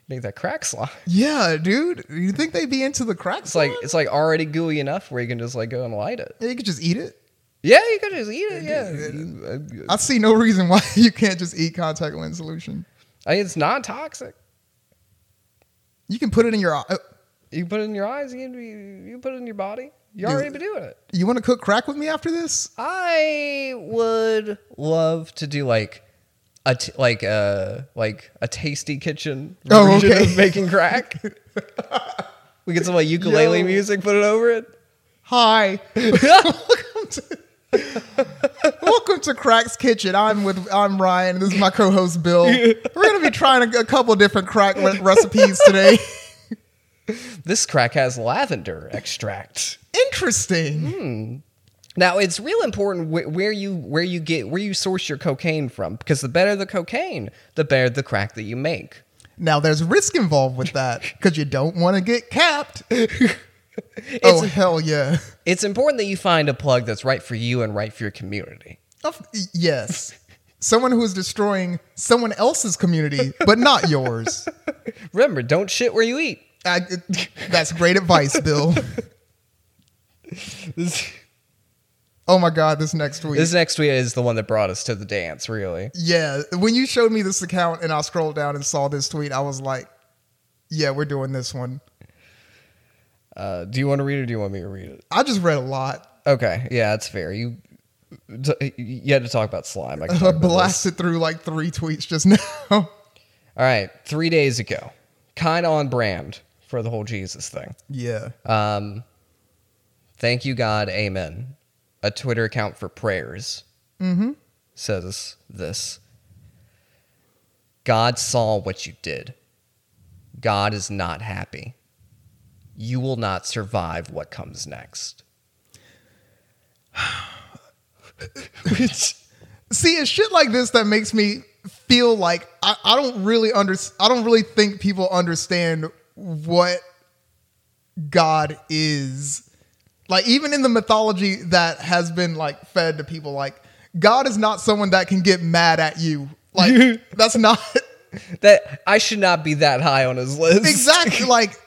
[SPEAKER 2] make that crack slime.
[SPEAKER 1] Yeah, dude, you think they'd be into the crack?
[SPEAKER 2] It's like it's like already gooey enough where you can just like go and light it.
[SPEAKER 1] you could just eat it.
[SPEAKER 2] Yeah, you could just eat it. Yeah,
[SPEAKER 1] I see no reason why *laughs* you can't just eat contact lens solution.
[SPEAKER 2] I mean, it's non toxic.
[SPEAKER 1] You can put it in your. Uh,
[SPEAKER 2] You put it in your eyes. You can be, you put it in your body. You
[SPEAKER 1] Dude.
[SPEAKER 2] already been doing it.
[SPEAKER 1] you want to cook crack with me after this?
[SPEAKER 2] I would love to do like a t- like a like a tasty kitchen
[SPEAKER 1] Oh,
[SPEAKER 2] version
[SPEAKER 1] okay.
[SPEAKER 2] of making crack. we get some like ukulele
[SPEAKER 1] Yo.
[SPEAKER 2] music, put it over it.
[SPEAKER 1] Hi, *laughs* welcome to *laughs* welcome to Crack's Kitchen. I'm with I'm Ryan. This is my co-host
[SPEAKER 2] *laughs*
[SPEAKER 1] Bill. We're gonna be trying a, a couple different crack re- recipes today.
[SPEAKER 2] *laughs*
[SPEAKER 1] *laughs*
[SPEAKER 2] This crack has lavender extract. Hmm.
[SPEAKER 1] Interesting.
[SPEAKER 2] Now it's real important wh- where you where you get where you source your cocaine from because the better the cocaine, the better the crack that you make.
[SPEAKER 1] Now there's risk involved with that because you don't want to get capped. *laughs* oh
[SPEAKER 2] It's
[SPEAKER 1] hell yeah!
[SPEAKER 2] it's important that you find a plug that's right for you and right for your community.
[SPEAKER 1] Of- yes, someone who is destroying someone else's community but not yours.
[SPEAKER 2] Remember, don't shit where you eat.
[SPEAKER 1] I, that's great advice, Bill. *laughs*
[SPEAKER 2] This,
[SPEAKER 1] Oh my god, this next week.
[SPEAKER 2] this next tweet is the one that brought us to the dance. Really,
[SPEAKER 1] yeah, when you showed me this account and I scrolled down and saw this tweet, I was like, yeah, we're doing this one.
[SPEAKER 2] uh, do you want to read it? or Do you want me to read it?
[SPEAKER 1] I just read a lot. *laughs*
[SPEAKER 2] Okay, yeah, that's fair. You t- you had to talk about slime. I can talk
[SPEAKER 1] I *laughs*
[SPEAKER 2] about this.
[SPEAKER 1] blasted through like three tweets just *laughs* now.
[SPEAKER 2] All right, three days ago, kind of on brand for the whole Jesus thing.
[SPEAKER 1] yeah.
[SPEAKER 2] Um, thank you, God. Amen. A Twitter account for prayers
[SPEAKER 1] Mm-hmm.
[SPEAKER 2] says this God saw what you did. God is not happy. You will not survive what comes next. *sighs*
[SPEAKER 1] See, it's shit like this that makes me feel like I, I don't really under I don't really think people understand what God is. Like even in the mythology that has been like fed to people, like God is not someone that can get mad at you. Like that's not
[SPEAKER 2] That I should not be that high on his list.
[SPEAKER 1] exactly like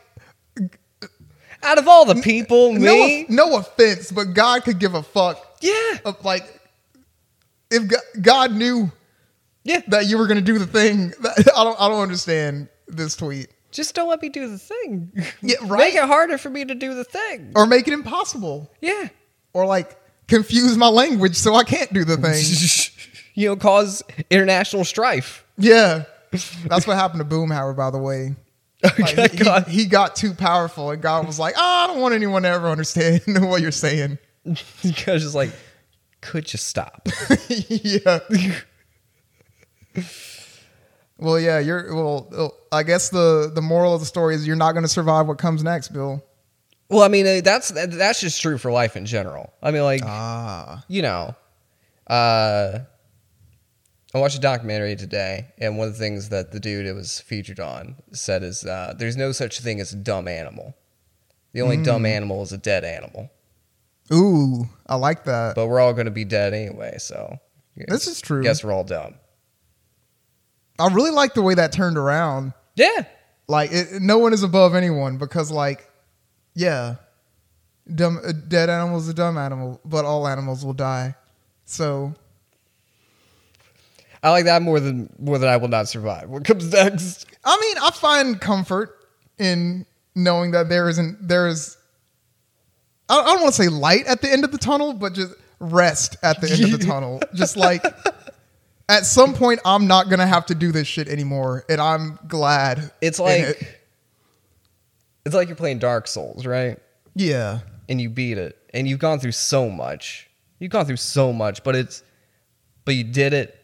[SPEAKER 2] Out of all the people, me.
[SPEAKER 1] no no offense, but God could give a fuck.
[SPEAKER 2] yeah.
[SPEAKER 1] Of, like if Go- God knew
[SPEAKER 2] Yeah.
[SPEAKER 1] that you were gonna do the thing, *laughs* I don't I don't understand this tweet.
[SPEAKER 2] Just don't let me do the thing.
[SPEAKER 1] Yeah,
[SPEAKER 2] *laughs* Make
[SPEAKER 1] right.
[SPEAKER 2] it harder for me to do the thing.
[SPEAKER 1] or make it impossible
[SPEAKER 2] Yeah. *laughs* *laughs*
[SPEAKER 1] or like confuse my language so I can't do the thing.
[SPEAKER 2] you know, cause international strife. *laughs*
[SPEAKER 1] Yeah. That's what happened to Boomhauer, by the way. Like,
[SPEAKER 2] Okay,
[SPEAKER 1] he-
[SPEAKER 2] God.
[SPEAKER 1] he, he got too powerful, and God was like, oh, I don't want anyone to ever understand *laughs* what you're saying.
[SPEAKER 2] Because it's like, could you stop?
[SPEAKER 1] yeah. well, yeah, you're well. oh, I guess the the moral of the story is you're not going to survive what comes next, Bill.
[SPEAKER 2] well, I mean, eh, that's that's just true for life in general. I mean, like,
[SPEAKER 1] Ah,
[SPEAKER 2] you know, uh, I watched a documentary today, and one of the things that the dude it was featured on said is uh, there's no such thing as a dumb animal. The only
[SPEAKER 1] Mm.
[SPEAKER 2] dumb animal is a dead animal,
[SPEAKER 1] ooh, I like that.
[SPEAKER 2] but we're all going to be dead anyway. So
[SPEAKER 1] This is true.
[SPEAKER 2] Guess we're all dumb.
[SPEAKER 1] I really like the way that turned around.
[SPEAKER 2] Yeah,
[SPEAKER 1] Like, it, no one is above anyone because, like, yeah, dumb a dead animal is a dumb animal, but all animals will die. So
[SPEAKER 2] I like that more than more than I will not survive. What comes next?
[SPEAKER 1] I mean, I find comfort in knowing that there isn't there is. I I don't want to say light at the end of the tunnel, but just rest at the end of
[SPEAKER 2] *laughs*
[SPEAKER 1] the tunnel. Just like at some point, I'm not gonna have to do this shit anymore, and I'm glad.
[SPEAKER 2] It's
[SPEAKER 1] in
[SPEAKER 2] like
[SPEAKER 1] it.
[SPEAKER 2] it's like you're playing Dark Souls, right?
[SPEAKER 1] yeah,
[SPEAKER 2] and you beat it and you've gone through so much you've gone through so much but it's but you did it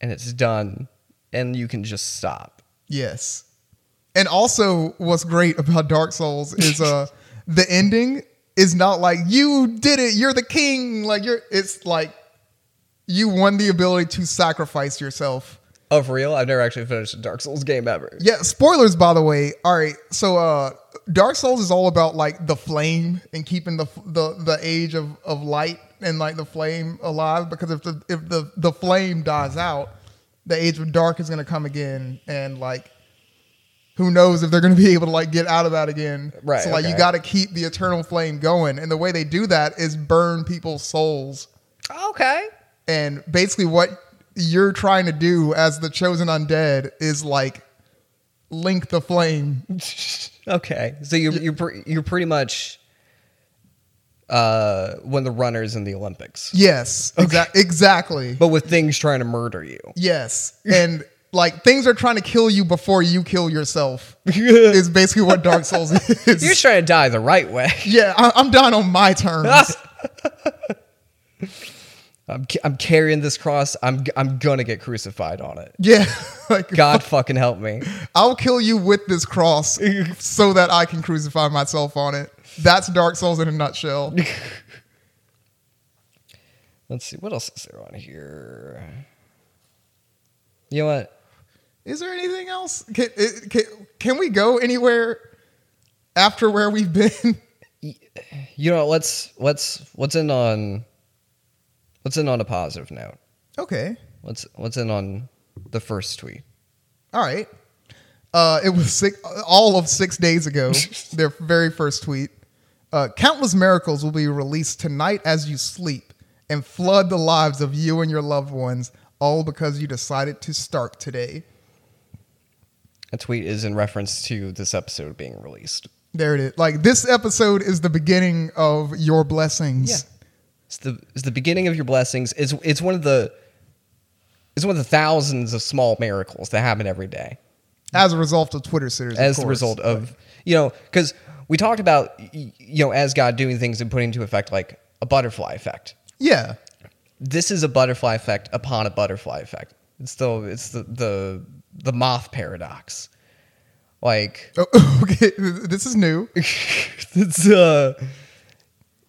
[SPEAKER 2] and it's done and you can just stop
[SPEAKER 1] yes. And also, what's great about Dark Souls is uh the ending is not like you did it, you're the king. Like you're, it's like you won the ability to sacrifice yourself.
[SPEAKER 2] oh for real i've never actually finished a dark souls game ever
[SPEAKER 1] Yeah, spoilers by the way. All right, so uh Dark Souls is all about like the flame and keeping the the the age of of light and like the flame alive because if the if the the flame dies out, the age of dark is going to come again and like who knows if they're going to be able to like get out of that again.
[SPEAKER 2] Right,
[SPEAKER 1] So like you
[SPEAKER 2] okay.
[SPEAKER 1] got to keep the eternal flame going and the way they do that is burn people's souls
[SPEAKER 2] okay
[SPEAKER 1] and basically what you're trying to do as the chosen undead is like link the
[SPEAKER 2] *laughs*
[SPEAKER 1] flame
[SPEAKER 2] okay so you're you're, pre- you're pretty much uh when the runners in the olympics
[SPEAKER 1] yes exa- exactly
[SPEAKER 2] but with things trying to murder you
[SPEAKER 1] yes and like things are trying to kill you before you kill
[SPEAKER 2] *laughs*
[SPEAKER 1] yourself is basically what dark souls is
[SPEAKER 2] you're just trying to die the right way *laughs*
[SPEAKER 1] yeah I- i'm dying on my terms
[SPEAKER 2] Ah. I'm, ca- I'm carrying this cross i'm g- i'm gonna get crucified on it
[SPEAKER 1] *laughs* yeah like
[SPEAKER 2] god fucking help me
[SPEAKER 1] i'll kill you with this
[SPEAKER 2] *laughs*
[SPEAKER 1] cross so that i can crucify myself on it that's dark souls in a
[SPEAKER 2] *laughs*
[SPEAKER 1] nutshell
[SPEAKER 2] Let's see what else is there on here. You know what?
[SPEAKER 1] Is there anything else? Can, it- can, can we go anywhere after where we've been? *laughs*
[SPEAKER 2] You know what? let's let's let's end on let's end on a positive note.
[SPEAKER 1] okay.
[SPEAKER 2] Let's let's end on the first tweet.
[SPEAKER 1] All right. Uh, it was six, all of six days
[SPEAKER 2] *laughs*
[SPEAKER 1] ago, their very first tweet. Uh, Countless miracles will be released tonight as you sleep and flood the lives of you and your loved ones, all because you decided to start today.
[SPEAKER 2] A tweet is in reference to this episode being released.
[SPEAKER 1] There it is. Like, this episode is the beginning of your blessings.
[SPEAKER 2] It's the it's the beginning of your blessings. It's it's one of the it's one of the thousands of small miracles that happen every day.
[SPEAKER 1] As a result of Twitter sitters. of
[SPEAKER 2] as the
[SPEAKER 1] course.
[SPEAKER 2] result of you know because we talked about y- y- you know as god doing things and putting into effect like a butterfly effect
[SPEAKER 1] Yeah.
[SPEAKER 2] this is a butterfly effect upon a butterfly effect it's still it's the the, the moth paradox like
[SPEAKER 1] Oh, *laughs* okay. This is new.
[SPEAKER 2] *laughs* it's uh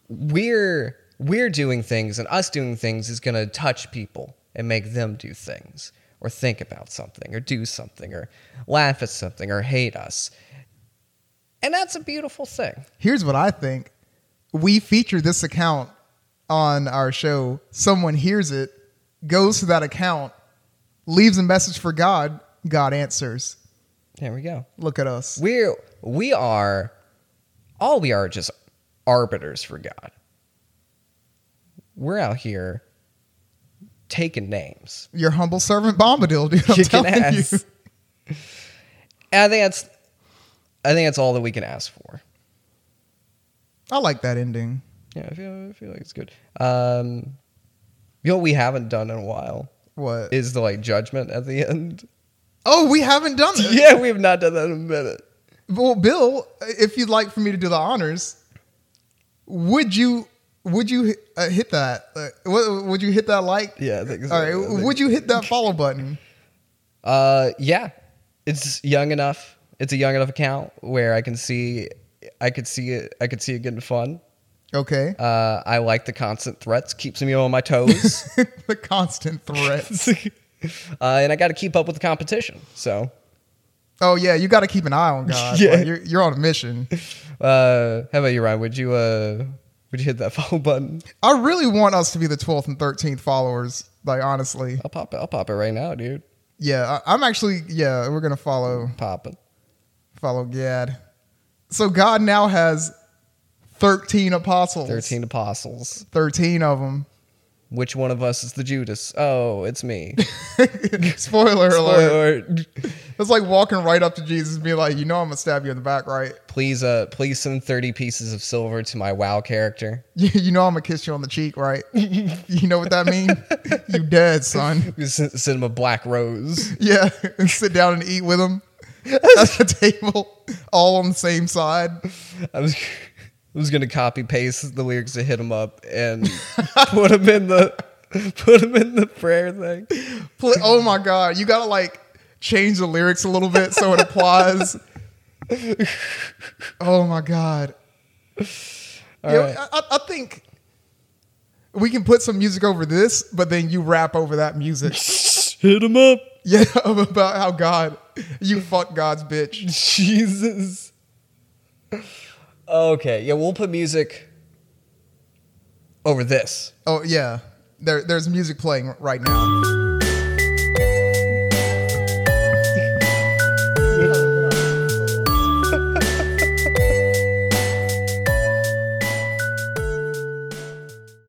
[SPEAKER 2] we're we're doing things and us doing things is going to touch people and make them do things or think about something or do something or laugh at something or hate us and that's a beautiful thing
[SPEAKER 1] Here's what I think. We feature this account on our show. Someone hears it, goes to that account, leaves a message for God. God answers.
[SPEAKER 2] There we go.
[SPEAKER 1] Look at us.
[SPEAKER 2] We're we are all we are just arbiters for God. We're out here taking names,
[SPEAKER 1] Your humble servant Bombadil, dude. I'm
[SPEAKER 2] kicking
[SPEAKER 1] telling
[SPEAKER 2] ass.
[SPEAKER 1] you.
[SPEAKER 2] And I think that's I think that's all that we can ask for.
[SPEAKER 1] I like that ending.
[SPEAKER 2] Yeah, I feel I feel like it's good. Um, you know what we haven't done in a while
[SPEAKER 1] What?
[SPEAKER 2] is the like judgment at the end. *laughs*
[SPEAKER 1] oh, we haven't done it.
[SPEAKER 2] Yeah, we have not done that in a minute.
[SPEAKER 1] Well, Bill, if you'd like for me to do the honors, would you would you uh, hit that? Uh, would would you hit that like?
[SPEAKER 2] Yeah, I think so.
[SPEAKER 1] All right.
[SPEAKER 2] I think-
[SPEAKER 1] Would you hit that follow button?
[SPEAKER 2] Uh, yeah, it's young enough. It's a young enough account where I can see, I could see it. I could see it getting fun.
[SPEAKER 1] Okay. *laughs*
[SPEAKER 2] Uh, I like the constant threats. Keeps me on
[SPEAKER 1] *laughs*
[SPEAKER 2] my toes. *laughs*
[SPEAKER 1] the constant threats.
[SPEAKER 2] uh, and I got to keep up with the competition. So,
[SPEAKER 1] Oh yeah, you got to keep an eye on God.
[SPEAKER 2] Yeah.
[SPEAKER 1] Like, you're, you're on a mission.
[SPEAKER 2] uh, how about you, Ryan? Would you uh, would you hit that *laughs* follow button?
[SPEAKER 1] I really want us to be the 12th and 13th followers. Like honestly,
[SPEAKER 2] I'll pop it. I'll pop it right now, dude.
[SPEAKER 1] yeah. I, I'm actually yeah. We're gonna follow
[SPEAKER 2] Pop it.
[SPEAKER 1] follow Gad. So God now has 13 apostles.
[SPEAKER 2] Thirteen apostles.
[SPEAKER 1] 13 of them.
[SPEAKER 2] Which one of us is the Judas? Oh, it's *laughs* me.
[SPEAKER 1] *laughs* Spoiler alert.
[SPEAKER 2] Lord,
[SPEAKER 1] It's like walking right up to Jesus and being like, you know, I'm gonna stab you in the back, right?
[SPEAKER 2] please, uh, please send thirty pieces of silver to my WoW character.
[SPEAKER 1] You, *laughs* you know, I'm gonna kiss you on the cheek, right? *laughs* you know what that means? you dead, son. *laughs*
[SPEAKER 2] Just send send him a black rose.
[SPEAKER 1] Yeah, *laughs* and sit down and eat with
[SPEAKER 2] *laughs*
[SPEAKER 1] him at the table, all on the same side.
[SPEAKER 2] I was, *laughs* I was gonna copy paste the lyrics to hit him up *laughs* and put him in the, put him in the prayer thing.
[SPEAKER 1] Pl- Oh my God, you gotta like change the lyrics a little bit so it
[SPEAKER 2] *laughs*
[SPEAKER 1] applies. oh my God.
[SPEAKER 2] All
[SPEAKER 1] Yeah,
[SPEAKER 2] right.
[SPEAKER 1] I, I- I think we can put some music over this, but then you rap over that
[SPEAKER 2] *laughs*
[SPEAKER 1] music.
[SPEAKER 2] *laughs*
[SPEAKER 1] *laughs*
[SPEAKER 2] Hit him up,
[SPEAKER 1] Yeah, about how God, you fuck God's bitch.
[SPEAKER 2] Jesus. Okay, yeah, we'll put music over this.
[SPEAKER 1] Oh yeah, there, there's music playing right now.